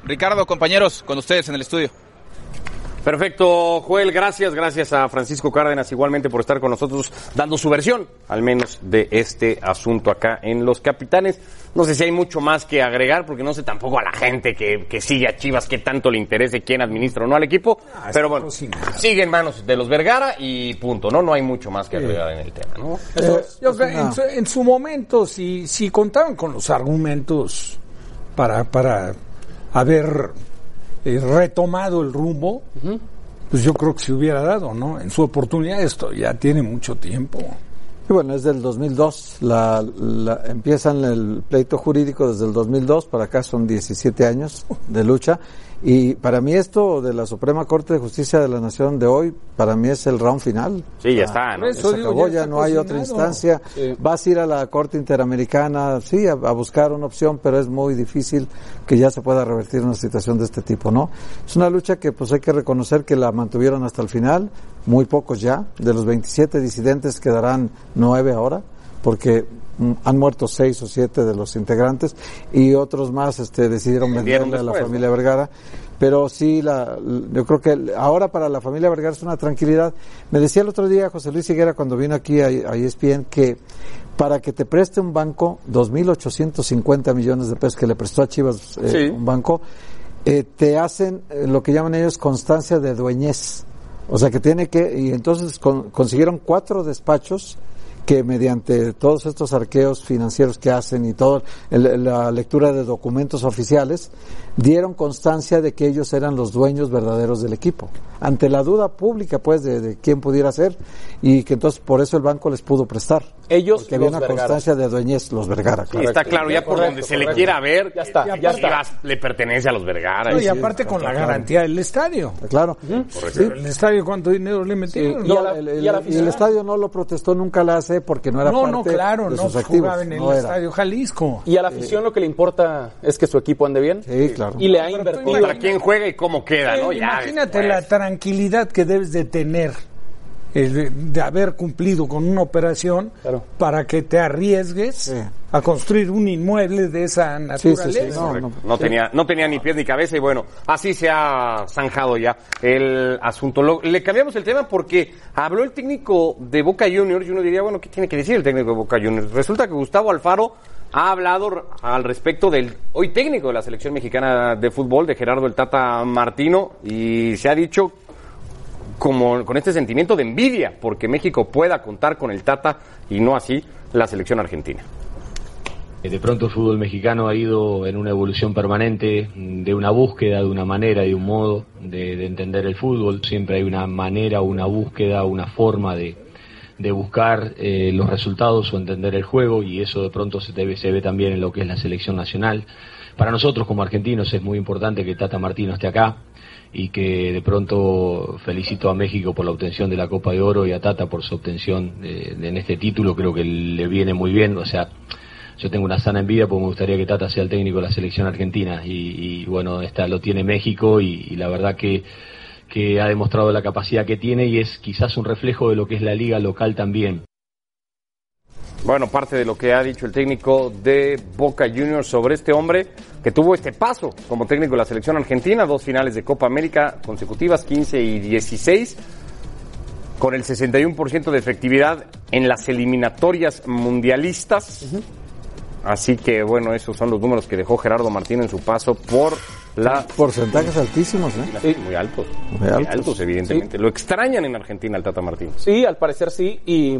Speaker 11: Ricardo, compañeros, con ustedes en el estudio.
Speaker 3: Perfecto, Joel, gracias, gracias a Francisco Cárdenas igualmente por estar con nosotros dando su versión, al menos de este asunto acá en Los Capitanes. No sé si hay mucho más que agregar, porque no sé tampoco a la gente que, que sigue a Chivas qué tanto le interese quién administra o no al equipo, pero bueno, sigue en manos de los Vergara y punto, ¿no? No hay mucho más que agregar en el tema, ¿no?
Speaker 5: Eh,
Speaker 4: Eso- yo creo-
Speaker 3: una-
Speaker 4: en, su, en su momento, si, si contaban con los argumentos para, para haber eh, retomado el rumbo, pues yo creo que se hubiera dado, ¿no? En su oportunidad esto ya tiene mucho tiempo.
Speaker 5: Y bueno, es del 2002. La, la- empiezan el pleito jurídico desde el 2002, para acá son 17 años de lucha. Y para mí esto de la Suprema Corte de Justicia de la Nación de hoy, para mí es el round final.
Speaker 3: Sí, ya está, ¿no?
Speaker 5: Ya
Speaker 3: Eso
Speaker 5: se
Speaker 3: digo,
Speaker 5: acabó,
Speaker 3: ya
Speaker 5: ya,
Speaker 3: está
Speaker 5: no hay otra
Speaker 3: cocinado.
Speaker 5: instancia. Vas a ir a la Corte Interamericana, sí, a, a buscar una opción, pero es muy difícil que ya se pueda revertir una situación de este tipo, ¿no? Es una lucha que pues hay que reconocer que la mantuvieron hasta el final, muy pocos ya, de los 27 disidentes quedarán 9 ahora, porque mm, han muerto 6 o 7 de los integrantes y otros más este, decidieron
Speaker 3: Vendieron
Speaker 5: venderle a la
Speaker 3: después, ¿no?
Speaker 5: familia Vergara. Pero sí, la, yo creo que el- ahora para la familia Vergara es una tranquilidad. Me decía el otro día José Luis Higuera cuando vino aquí a, a E ESPN que para que te preste un banco 2.850 millones de pesos que le prestó a Chivas eh,
Speaker 13: Sí.
Speaker 5: un banco, eh, te hacen eh, lo que llaman ellos constancia de dueñez. O sea que tiene que, y entonces con- consiguieron cuatro despachos que mediante todos estos arqueos financieros que hacen y toda la lectura de documentos oficiales, dieron constancia de que ellos eran los dueños verdaderos del equipo. Ante la duda pública, pues, de, de quién pudiera ser, y que entonces por eso el banco les pudo prestar.
Speaker 6: Ellos,
Speaker 5: que había
Speaker 6: los
Speaker 5: una
Speaker 6: Vergara.
Speaker 5: constancia de dueñez, los Vergara.
Speaker 3: Sí, está claro, ya por
Speaker 6: Correcto,
Speaker 3: donde se le
Speaker 6: correcto.
Speaker 3: quiera ver, ya
Speaker 6: está, ya está.
Speaker 3: le pertenece a los Vergara.
Speaker 4: No, y aparte con la garantía del estadio.
Speaker 5: Claro.
Speaker 4: Correcto. El estadio, ¿cuánto dinero le metieron?
Speaker 5: Y, el- el, y el estadio no lo protestó nunca la hace porque no era
Speaker 4: No,
Speaker 5: parte
Speaker 4: no, claro,
Speaker 5: de
Speaker 4: no
Speaker 5: sus
Speaker 4: pues,
Speaker 5: activos.
Speaker 4: jugaba en el
Speaker 5: no era.
Speaker 4: estadio Jalisco.
Speaker 6: Y a la afición lo que le importa es que su equipo ande bien.
Speaker 5: Sí, claro.
Speaker 6: Y le ha invertido.
Speaker 3: Contra quién juega y cómo queda, ¿no? Ya, pues.
Speaker 4: Imagínate la tranquilidad que debes de tener eh, de, de haber cumplido con una operación para que te arriesgues a construir un inmueble de esa naturaleza.
Speaker 3: Correcto. no, tenía, no tenía ni pies ni cabeza y bueno, así se ha zanjado ya el asunto. Lo- le cambiamos el tema porque habló el técnico de Boca Juniors y uno diría, bueno, ¿qué tiene que decir el técnico de Boca Juniors? Resulta que Gustavo Alfaro ha hablado r- al respecto del hoy técnico de la selección mexicana de fútbol, de Gerardo el Tata Martino, y se ha dicho como con este sentimiento de envidia porque México pueda contar con el Tata y no así la selección argentina.
Speaker 14: Eh, De pronto el fútbol mexicano ha ido en una evolución permanente, mm, de una búsqueda, de una manera, de un modo de, de entender el fútbol. Siempre hay una manera, una búsqueda, una forma de, de buscar eh, los resultados o entender el juego y eso de pronto se, te ve- se ve también en lo que es la selección nacional. Para nosotros como argentinos es muy importante que Tata Martino esté acá y que de pronto felicito a México por la obtención de la Copa de Oro y a Tata por su obtención eh, en este título. Creo que le viene muy bien, o sea, yo tengo una sana envidia porque me gustaría que Tata sea el técnico de la selección argentina y, y, bueno, esta lo tiene México y, y la verdad que, que ha demostrado la capacidad que tiene y es quizás un reflejo de lo que es la liga local también.
Speaker 3: Bueno, parte de lo que ha dicho el técnico de Boca Juniors sobre este hombre que tuvo este paso como técnico de la selección argentina, dos finales de Copa América consecutivas, 15 y 16, con el 61% de efectividad en las eliminatorias mundialistas. Así que bueno, esos son los números que dejó Gerardo Martín en su paso por
Speaker 9: La-
Speaker 5: Porcentajes altísimos, ¿eh?
Speaker 9: Muy altos. Muy
Speaker 5: Muy
Speaker 9: altos,
Speaker 5: altos.
Speaker 9: evidentemente. Lo extrañan en Argentina al Tata Martín.
Speaker 6: Sí, al parecer sí, y,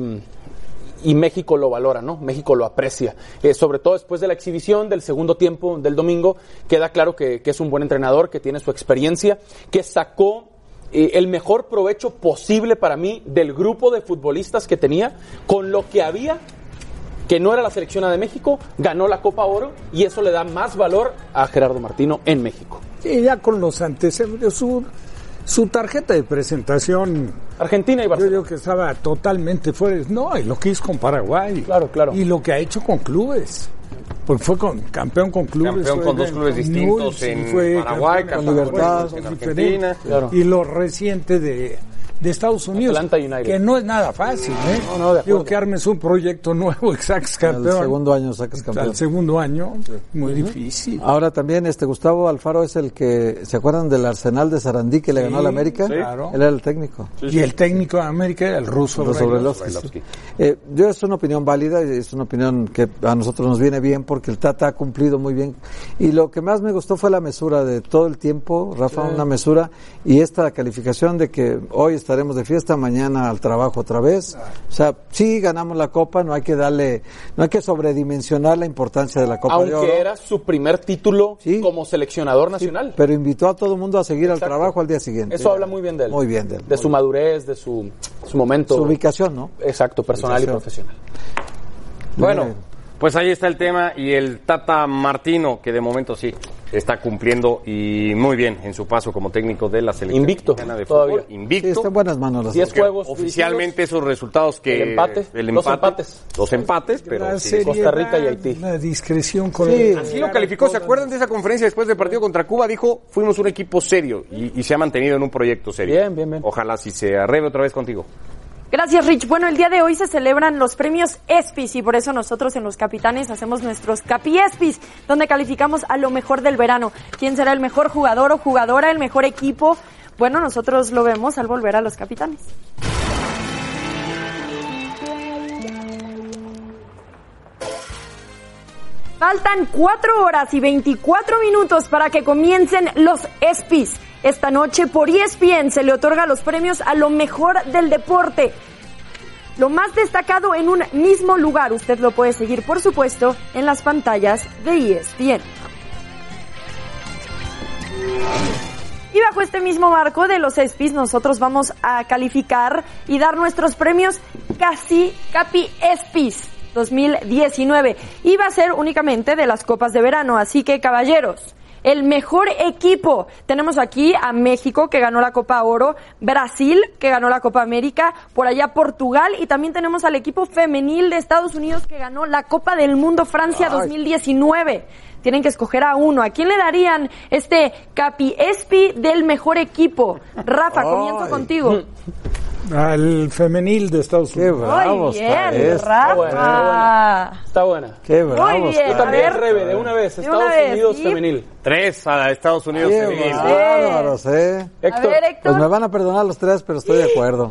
Speaker 6: y México lo valora, ¿no? México lo aprecia. Eh, sobre todo después de la exhibición del segundo tiempo del domingo, queda claro que, que es un buen entrenador, que tiene su experiencia, que sacó eh, el mejor provecho posible para mí del grupo de futbolistas que tenía, con lo que había que no era la selección A de México, ganó la Copa Oro y eso le da más valor a Gerardo Martino en México.
Speaker 4: Y ya con los antecedentes, su, su tarjeta de presentación.
Speaker 6: Argentina y
Speaker 4: Barcelona. Yo digo que estaba totalmente fuera. No, y lo que hizo con Paraguay. Claro, claro. Y lo que ha hecho con clubes. Porque fue con, campeón con clubes.
Speaker 3: Campeón
Speaker 4: fue
Speaker 3: con dos
Speaker 4: de-
Speaker 3: clubes
Speaker 4: con
Speaker 3: distintos
Speaker 4: Newell's,
Speaker 3: en
Speaker 4: y fue
Speaker 3: Paraguay,
Speaker 4: campeón
Speaker 3: campeón
Speaker 4: con Libertad,
Speaker 3: con
Speaker 4: con
Speaker 3: Argentina,
Speaker 4: Argentina.
Speaker 3: claro.
Speaker 4: Y lo reciente de, de Estados Unidos. Que no es nada fácil, ¿eh? No, no, de Digo que armes un proyecto nuevo y saques
Speaker 5: Al
Speaker 4: campeón.
Speaker 5: segundo año sacas campeón.
Speaker 4: Al segundo año, muy difícil.
Speaker 5: Ahora también este Gustavo Alfaro es el que, ¿se acuerdan del Arsenal de Sarandí que le
Speaker 4: Sí,
Speaker 5: ganó a la América?
Speaker 4: sí. Claro.
Speaker 5: Él era el técnico.
Speaker 4: Y el técnico de América era el ruso.
Speaker 5: Los
Speaker 4: Brailovsky.
Speaker 5: Obrelovskis. Eh, yo es una opinión válida, y es una opinión que a nosotros nos viene bien porque el Tata ha cumplido muy bien. Y lo que más me gustó fue la mesura de todo el tiempo, Rafa,
Speaker 4: Sí.
Speaker 5: una mesura y esta calificación de que hoy estaremos de fiesta, mañana al trabajo otra vez.
Speaker 6: Ah.
Speaker 5: O sea, sí ganamos la Copa, no hay que darle, no hay que sobredimensionar la importancia de la Copa de Oro.
Speaker 6: Aunque era su primer título como seleccionador nacional.
Speaker 5: Pero invitó a todo el mundo a seguir al trabajo al día siguiente.
Speaker 6: Eso habla muy bien de él.
Speaker 5: Muy bien de él.
Speaker 6: De su madurez, de su, su momento.
Speaker 5: Su ubicación, ¿no?
Speaker 6: Exacto, personal y
Speaker 5: Ubicación.
Speaker 6: profesional.
Speaker 9: Bueno, pues ahí está el tema y el Tata Martino, que de momento sí está cumpliendo y muy bien en su paso como técnico de la selección
Speaker 6: Invicto,
Speaker 9: mexicana de
Speaker 6: todavía.
Speaker 9: fútbol. Invicto.
Speaker 5: Sí, está en buenas manos las
Speaker 9: Porque Oficialmente esos resultados que.
Speaker 6: El empate,
Speaker 9: el
Speaker 6: dos
Speaker 9: empate,
Speaker 6: empates.
Speaker 9: Dos empates, pero.
Speaker 4: La
Speaker 9: sí.
Speaker 4: seriedad, La discreción con el-
Speaker 3: Así lo calificó, ¿se acuerdan de esa conferencia después del partido contra Cuba? Dijo, fuimos un equipo serio y, y se ha mantenido en un proyecto serio. Bien, bien, bien. Ojalá si se arregle otra vez contigo.
Speaker 10: Gracias, Rich. Bueno, el día de hoy se celebran los premios ESPYs y por eso nosotros en Los Capitanes hacemos nuestros Capi ESPYs, donde calificamos a lo mejor del verano. ¿Quién será el mejor jugador o jugadora, el mejor equipo? Bueno, nosotros lo vemos al volver a Los Capitanes. Faltan 4 horas y 24 minutos para que comiencen los ESPYs. Esta noche por E ESPN se le otorga los premios a lo mejor del deporte. Lo más destacado en un mismo lugar, usted lo puede seguir por supuesto en las pantallas de E ESPN. Y bajo este mismo marco de los ESPYs, nosotros vamos a calificar y dar nuestros premios casi Capi ESPYs 2019. Y va a ser únicamente de las copas de verano. Así que, caballeros, el mejor equipo. Tenemos aquí a México, que ganó la Copa Oro, Brasil, que ganó la Copa América, por allá Portugal, y también tenemos al equipo femenil de Estados Unidos, que ganó la Copa del Mundo Francia 2019. Tienen que escoger a uno. ¿A quién le darían este Capi Espi del mejor equipo? Rafa, comienzo contigo.
Speaker 4: Al femenil de Estados Unidos.
Speaker 10: Muy bien, Rafa.
Speaker 6: Está buena.
Speaker 5: Qué
Speaker 10: bravos, bien,
Speaker 6: Yo también,
Speaker 10: a ver.
Speaker 6: Rebe, de una vez.
Speaker 10: De
Speaker 6: Estados
Speaker 10: una vez,
Speaker 6: Unidos
Speaker 10: sí.
Speaker 6: femenil.
Speaker 9: Tres a Estados Unidos
Speaker 5: Qué
Speaker 9: femenil.
Speaker 5: bárbaros, ¿eh?
Speaker 10: Héctor. ver, Héctor.
Speaker 5: Pues me van a perdonar los tres, pero estoy de acuerdo.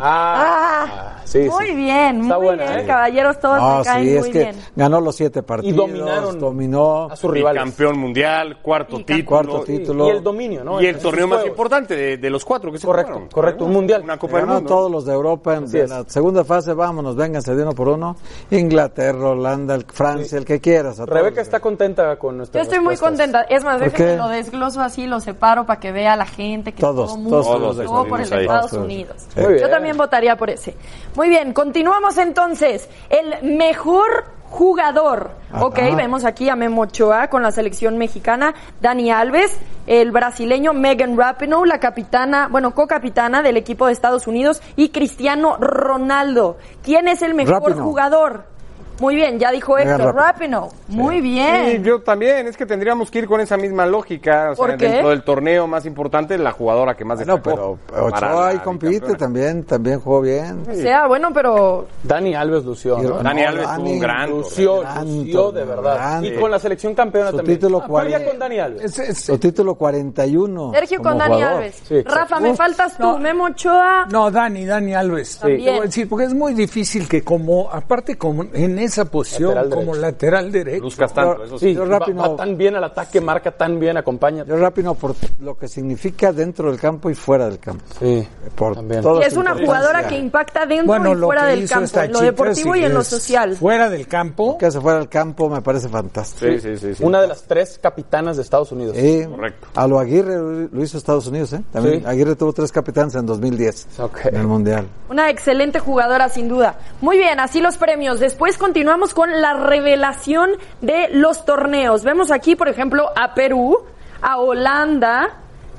Speaker 10: Ah, muy bien, muy bien, caballeros, todos
Speaker 5: ¿eh? No,
Speaker 10: me caen
Speaker 5: sí,
Speaker 10: muy
Speaker 5: es que
Speaker 10: bien.
Speaker 5: ganó los siete partidos.
Speaker 6: dominaron
Speaker 5: Dominó.
Speaker 6: a sus
Speaker 9: Y campeón mundial, cuarto título.
Speaker 5: Cuarto título.
Speaker 6: Y el dominio, ¿no?
Speaker 9: Y el
Speaker 6: En
Speaker 9: torneo
Speaker 6: sus
Speaker 9: más
Speaker 6: juegos.
Speaker 9: importante de, de los cuatro que se Correcto,
Speaker 6: correcto, un mundial.
Speaker 9: Una Copa del
Speaker 5: Ganó
Speaker 9: Mundo.
Speaker 5: todos los de Europa en, en la segunda fase. Vámonos, vénganse de uno por uno. Inglaterra, Holanda, el- Francia, el que quieras. a todos.
Speaker 6: Rebeca está contenta con nuestra
Speaker 10: Yo estoy muy
Speaker 6: respuesta.
Speaker 10: contenta. Es más,
Speaker 5: ¿Por
Speaker 10: déjenme
Speaker 5: qué?
Speaker 10: lo desgloso así, lo separo para que vea la gente que
Speaker 5: Todos,
Speaker 10: todo
Speaker 5: todos
Speaker 10: mundo
Speaker 5: los
Speaker 10: votó por el
Speaker 5: desglosamos
Speaker 10: de
Speaker 5: ahí.
Speaker 10: Estados
Speaker 5: Todos. Eh.
Speaker 10: Unidos.
Speaker 5: Muy bien.
Speaker 10: Yo también votaría por ese. Muy bien, continuamos entonces. El mejor jugador.
Speaker 15: Ajá.
Speaker 10: Ok, vemos aquí a Memo Ochoa con la selección mexicana, Dani Alves, el brasileño Megan Rapinoe, la capitana, bueno, co-capitana del equipo de Estados Unidos y Cristiano Ronaldo. ¿Quién es el mejor
Speaker 3: Rapinoe.
Speaker 10: jugador? Muy bien, ya dijo
Speaker 3: Megan
Speaker 10: Héctor, Rapinoe. Muy bien.
Speaker 3: Sí, yo también, es que tendríamos que ir con esa misma lógica. O sea,
Speaker 10: ¿Por qué?
Speaker 3: Dentro del torneo más importante, la jugadora que más destacó. No,
Speaker 5: Ochoa y compite también, también jugó bien.
Speaker 10: O sea, bueno, pero
Speaker 6: Dani Alves lució. ¿no?
Speaker 5: Dani No, Alves tuvo Dani un gran
Speaker 6: Lució, lució de verdad.
Speaker 5: grande.
Speaker 6: Y con la selección campeona
Speaker 5: Su
Speaker 6: también.
Speaker 5: título
Speaker 6: Ah, pero ya
Speaker 5: 40.
Speaker 6: con Dani Alves.
Speaker 5: Su título 41.
Speaker 10: Sergio con
Speaker 5: como
Speaker 10: Dani
Speaker 5: jugador.
Speaker 10: Alves. Rafa, me faltas tú, Memo Ochoa.
Speaker 4: No, Dani, Dani Alves.
Speaker 10: También.
Speaker 4: Te voy a decir, porque es muy difícil que como, aparte como en esa posición
Speaker 6: Lateral
Speaker 4: como lateral derecho.
Speaker 6: Buscas tanto, eso sí.
Speaker 5: Yo
Speaker 6: Va-
Speaker 5: rápido-
Speaker 6: va tan bien al ataque, marca tan bien, acompaña.
Speaker 5: Yo rápido por lo que significa dentro del campo y fuera del campo.
Speaker 6: Sí,
Speaker 5: por
Speaker 10: Y
Speaker 5: todo
Speaker 10: es una jugadora que impacta dentro
Speaker 5: Bueno,
Speaker 10: y
Speaker 5: lo
Speaker 10: fuera
Speaker 5: que
Speaker 10: del
Speaker 5: hizo
Speaker 10: campo,
Speaker 5: esta
Speaker 10: en lo
Speaker 5: chica,
Speaker 10: deportivo
Speaker 5: sí
Speaker 10: y en lo
Speaker 5: es
Speaker 10: social.
Speaker 4: Fuera del campo.
Speaker 5: Que se fuera del campo me parece fantástico.
Speaker 6: Una de las tres capitanas de Estados Unidos.
Speaker 5: Sí. A lo Aguirre lo hizo Estados Unidos, ¿eh? También
Speaker 6: Sí.
Speaker 5: Aguirre tuvo tres capitanes en 2010 en el Mundial.
Speaker 10: Una excelente jugadora, sin duda. Muy bien, así los premios. Después continuamos con la revelación de los torneos. Vemos aquí, por ejemplo, a Perú, a Holanda,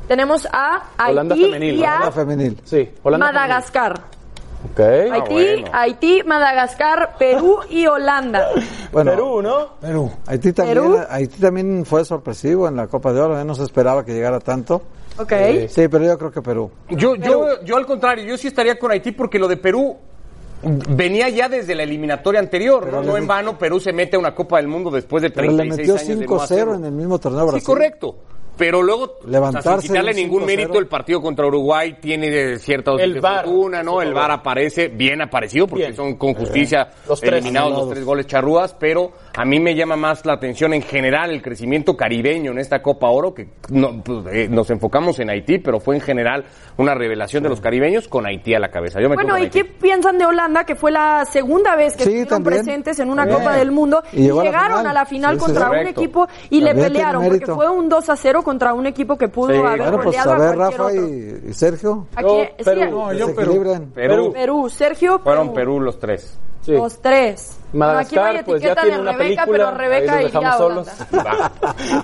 Speaker 10: tenemos a Haití
Speaker 6: Holanda femenil.
Speaker 10: y a
Speaker 5: femenil.
Speaker 6: Sí, Holanda Ah,
Speaker 10: Madagascar.
Speaker 6: femenil. Okay.
Speaker 10: Haití, Haití, Madagascar, Perú y Holanda.
Speaker 6: Perú, ¿no?
Speaker 5: Perú. Haití también,
Speaker 10: Perú.
Speaker 5: Haití también fue sorpresivo en la Copa de Oro, ¿eh? no se esperaba que llegara tanto.
Speaker 10: Ok.
Speaker 6: Eh,
Speaker 5: Sí, pero yo creo que Perú.
Speaker 3: Yo, yo, yo al contrario, yo sí estaría con Haití porque lo de Perú venía ya desde la eliminatoria anterior. ¿no? No en vano Perú se mete a una Copa del Mundo después de
Speaker 5: Pero le
Speaker 3: 36
Speaker 5: metió
Speaker 3: años de no
Speaker 5: 5-0
Speaker 3: hacerlo.
Speaker 5: en el mismo torneo
Speaker 3: Sí,
Speaker 5: Brasil.
Speaker 3: correcto. Pero luego,
Speaker 5: Levantarse
Speaker 3: o sea, sin quitarle
Speaker 5: de un
Speaker 3: ningún
Speaker 5: 5-0.
Speaker 3: mérito, el partido contra Uruguay tiene eh, cierta dosis
Speaker 6: El
Speaker 3: de
Speaker 6: VAR.
Speaker 3: fortuna, ¿no? El VAR aparece bien aparecido porque son con justicia
Speaker 6: Los tres.
Speaker 3: eliminados los
Speaker 6: Anulados.
Speaker 3: tres goles charrúas, pero a mí me llama más la atención en general el crecimiento caribeño en esta Copa Oro, que no, pues, eh, nos enfocamos en Haití, pero fue en general una revelación de los caribeños con Haití a la cabeza. Yo me quedo
Speaker 10: Bueno,
Speaker 3: con
Speaker 10: ¿y
Speaker 3: Haití.
Speaker 10: qué piensan de Holanda, que fue la segunda vez que
Speaker 5: Sí,
Speaker 10: estuvieron
Speaker 5: también.
Speaker 10: presentes en una
Speaker 5: También.
Speaker 10: Copa del Mundo
Speaker 5: Y
Speaker 10: y,
Speaker 5: llegó a la
Speaker 10: llegaron
Speaker 5: final.
Speaker 10: a la final
Speaker 5: Sí, sí,
Speaker 10: contra un
Speaker 5: correcto.
Speaker 10: equipo y le
Speaker 5: También tiene
Speaker 10: pelearon, porque
Speaker 5: mérito.
Speaker 10: fue un 2 a 0 contra un equipo que pudo haber
Speaker 5: bueno, pues
Speaker 10: goleado
Speaker 5: a ver,
Speaker 10: a cualquier
Speaker 5: Rafa
Speaker 10: otro.
Speaker 5: y, y Sergio.
Speaker 10: ¿A quién? Sí, a-
Speaker 5: Desequilibran.
Speaker 10: Perú. Perú, Sergio,
Speaker 3: Fueron
Speaker 10: Perú.
Speaker 3: Perú los tres.
Speaker 10: Los tres. Bueno, aquí no hay
Speaker 6: Madagascar, pues ya
Speaker 10: etiqueta
Speaker 6: tiene
Speaker 10: de
Speaker 6: una
Speaker 10: Rebeca,
Speaker 6: película.
Speaker 10: pero Rebeca
Speaker 6: ahí los
Speaker 10: iría a
Speaker 6: dejamos solos.
Speaker 10: Holanda.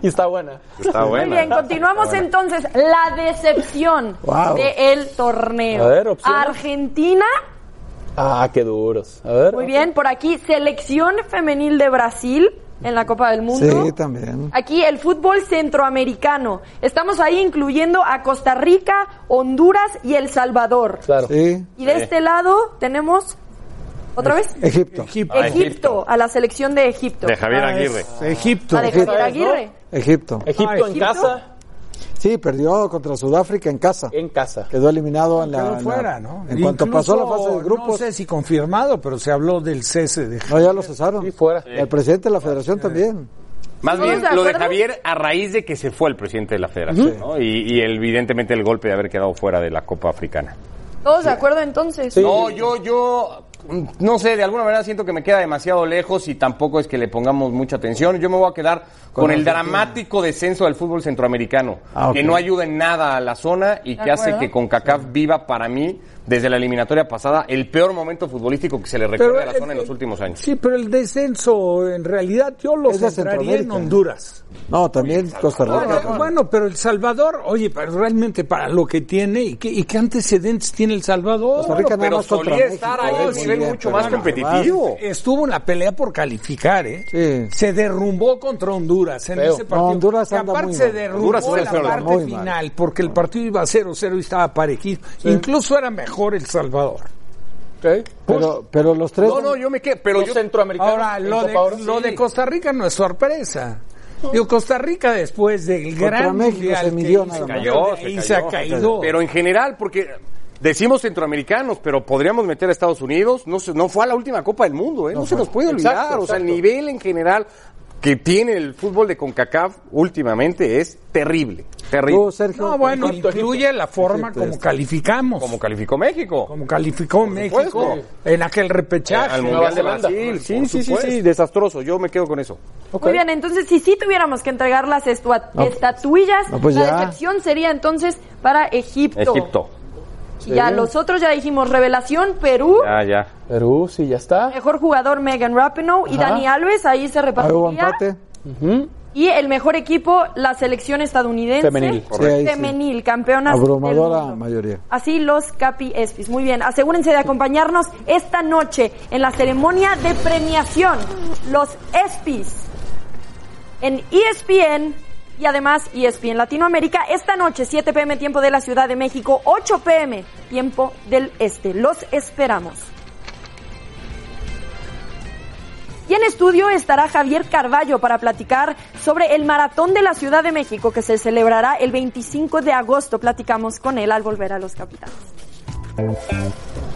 Speaker 6: y está buena.
Speaker 3: Está
Speaker 10: Muy bien, continuamos
Speaker 6: Está buena.
Speaker 10: entonces. La decepción
Speaker 6: Wow.
Speaker 10: del torneo.
Speaker 6: A ver, opciones.
Speaker 10: Argentina
Speaker 6: Ah, qué duros. A ver.
Speaker 10: Muy bien, por aquí, selección femenil de Brasil en la Copa del Mundo.
Speaker 5: Sí, también.
Speaker 10: Aquí el fútbol centroamericano. Estamos ahí incluyendo a Costa Rica, Honduras y El Salvador.
Speaker 5: Claro. Sí.
Speaker 10: Y de este lado tenemos... ¿Otra vez?
Speaker 5: Egipto.
Speaker 4: Egipto.
Speaker 10: Egipto, Ah, a la selección de Egipto.
Speaker 5: Egipto.
Speaker 10: La de Javier Aguirre.
Speaker 5: Egipto.
Speaker 6: Egipto en
Speaker 10: Egipto.
Speaker 6: casa.
Speaker 5: Sí, perdió contra Sudáfrica en casa.
Speaker 6: En casa.
Speaker 5: Quedó eliminado en la.
Speaker 4: Quedó
Speaker 5: en la-
Speaker 4: fuera, ¿no?
Speaker 5: En cuanto pasó
Speaker 4: Incluso,
Speaker 5: la fase de grupos.
Speaker 4: No sé si confirmado, pero se habló del cese de.
Speaker 5: No, ya lo cesaron. El presidente de la federación también.
Speaker 3: Más
Speaker 4: ¿Todos
Speaker 3: bien,
Speaker 4: de
Speaker 3: lo de
Speaker 4: acuerdo?
Speaker 3: Javier a raíz de que se fue el presidente de la federación, ¿no? Y, y evidentemente el golpe de haber quedado fuera de la Copa Africana.
Speaker 10: ¿Todos de acuerdo entonces?
Speaker 3: No, yo, yo, mm, no sé, de alguna manera siento que me queda demasiado lejos y tampoco es que le pongamos mucha atención. Yo me voy a quedar con,
Speaker 5: Con
Speaker 3: el
Speaker 5: Argentina.
Speaker 3: dramático descenso del fútbol centroamericano,
Speaker 5: Ah, ok.
Speaker 3: que no ayuda en nada a la zona y
Speaker 10: ¿De
Speaker 3: que hace
Speaker 10: acuerdo?
Speaker 3: que CONCACAF viva para mí, desde la eliminatoria pasada, el peor momento futbolístico que se le recuerda
Speaker 4: Pero,
Speaker 3: a la
Speaker 4: eh,
Speaker 3: zona en los últimos años.
Speaker 4: Sí, pero el descenso, en realidad, yo lo
Speaker 5: Es de
Speaker 4: centraría en
Speaker 5: Centroamérica.
Speaker 4: Honduras.
Speaker 5: No, también Costa Rica.
Speaker 4: Bueno, bueno, pero El Salvador, oye, pero realmente para lo que tiene y qué, y qué antecedentes tiene El Salvador.
Speaker 5: Costa Rica nada Pero más contra solía
Speaker 15: ¿eh?
Speaker 5: estar México, ahí a un nivel solía, mucho pero más bueno, competitivo.
Speaker 4: Estuvo en la pelea por calificar, ¿eh?
Speaker 5: Sí.
Speaker 4: Se derrumbó contra Honduras en
Speaker 5: Feo.
Speaker 4: ese partido.
Speaker 5: No, Honduras
Speaker 4: Que
Speaker 5: anda
Speaker 4: aparte
Speaker 5: muy
Speaker 4: se
Speaker 5: mal.
Speaker 4: derrumbó
Speaker 5: Honduras está
Speaker 4: la
Speaker 5: feo,
Speaker 4: parte
Speaker 5: muy mal.
Speaker 4: final, porque el partido iba 0-0 y estaba parejito. Incluso era mejor El Salvador.
Speaker 5: Pero, pero los tres.
Speaker 3: No, no, yo me quedé, pero
Speaker 6: Los
Speaker 3: yo...
Speaker 6: centroamericanos.
Speaker 4: Ahora,
Speaker 6: en
Speaker 4: lo, de,
Speaker 6: Copa Oro,
Speaker 4: lo
Speaker 6: sí.
Speaker 4: de Costa Rica no es sorpresa. Digo, Costa Rica después del
Speaker 5: Contra
Speaker 4: gran
Speaker 5: México
Speaker 4: mundial
Speaker 5: se
Speaker 4: que
Speaker 5: midió
Speaker 4: hizo,
Speaker 5: nada
Speaker 3: Se
Speaker 5: más.
Speaker 3: cayó,
Speaker 4: y se ha caído.
Speaker 3: Pero en general, porque decimos centroamericanos, pero podríamos meter a Estados Unidos. No, se- no fue a la última Copa del Mundo, ¿eh? no, se nos puede olvidar.
Speaker 6: Exacto,
Speaker 3: O sea, el
Speaker 6: exacto.
Speaker 3: nivel en general que tiene el fútbol de CONCACAF últimamente es terrible. Terrible.
Speaker 5: Tú, Sergio.
Speaker 4: No, bueno,
Speaker 5: Egipto,
Speaker 4: incluye la forma
Speaker 5: Egipto,
Speaker 4: como
Speaker 5: Egipto.
Speaker 4: calificamos.
Speaker 3: Como calificó México.
Speaker 4: Como calificó México
Speaker 3: supuesto.
Speaker 4: en aquel repechaje.
Speaker 3: Al Mundial de
Speaker 4: Nueva
Speaker 3: Brasil.
Speaker 4: Zelanda.
Speaker 3: Sí, sí,
Speaker 4: Por
Speaker 3: sí,
Speaker 4: supuesto.
Speaker 3: sí, desastroso. Yo me quedo con eso.
Speaker 10: Muy bien, entonces si sí tuviéramos que entregar las estua-
Speaker 3: No, pues-
Speaker 10: estatuillas,
Speaker 3: no, pues
Speaker 10: la
Speaker 3: ya.
Speaker 10: decepción sería entonces para Egipto.
Speaker 3: Egipto.
Speaker 10: Y Ya los otros ya dijimos revelación Perú,
Speaker 3: Ya, ya.
Speaker 6: Perú, sí, ya está.
Speaker 10: mejor jugador Megan Rapinoe y
Speaker 6: Ajá.
Speaker 10: Dani Alves ahí se
Speaker 15: Ah,
Speaker 5: Ahí hubo
Speaker 10: repartiría.
Speaker 5: empate.
Speaker 10: Y el mejor equipo la selección estadounidense
Speaker 5: Femenil, correcto. Sí, ahí sí.
Speaker 10: femenil, campeonas del
Speaker 5: Abrumadora
Speaker 10: mundo.
Speaker 5: mayoría.
Speaker 10: Así los Capi Espis. Muy bien, asegúrense de acompañarnos esta noche en la ceremonia de premiación. Los Espis en E ESPN y además E ESPN Latinoamérica. Esta noche, 7 pm tiempo de la Ciudad de México, 8 pm tiempo del Este. Los esperamos. Y en estudio estará Javier Carballo para platicar sobre el Maratón de la Ciudad de México que se celebrará el 25 de agosto. Platicamos con él al volver a los capitales.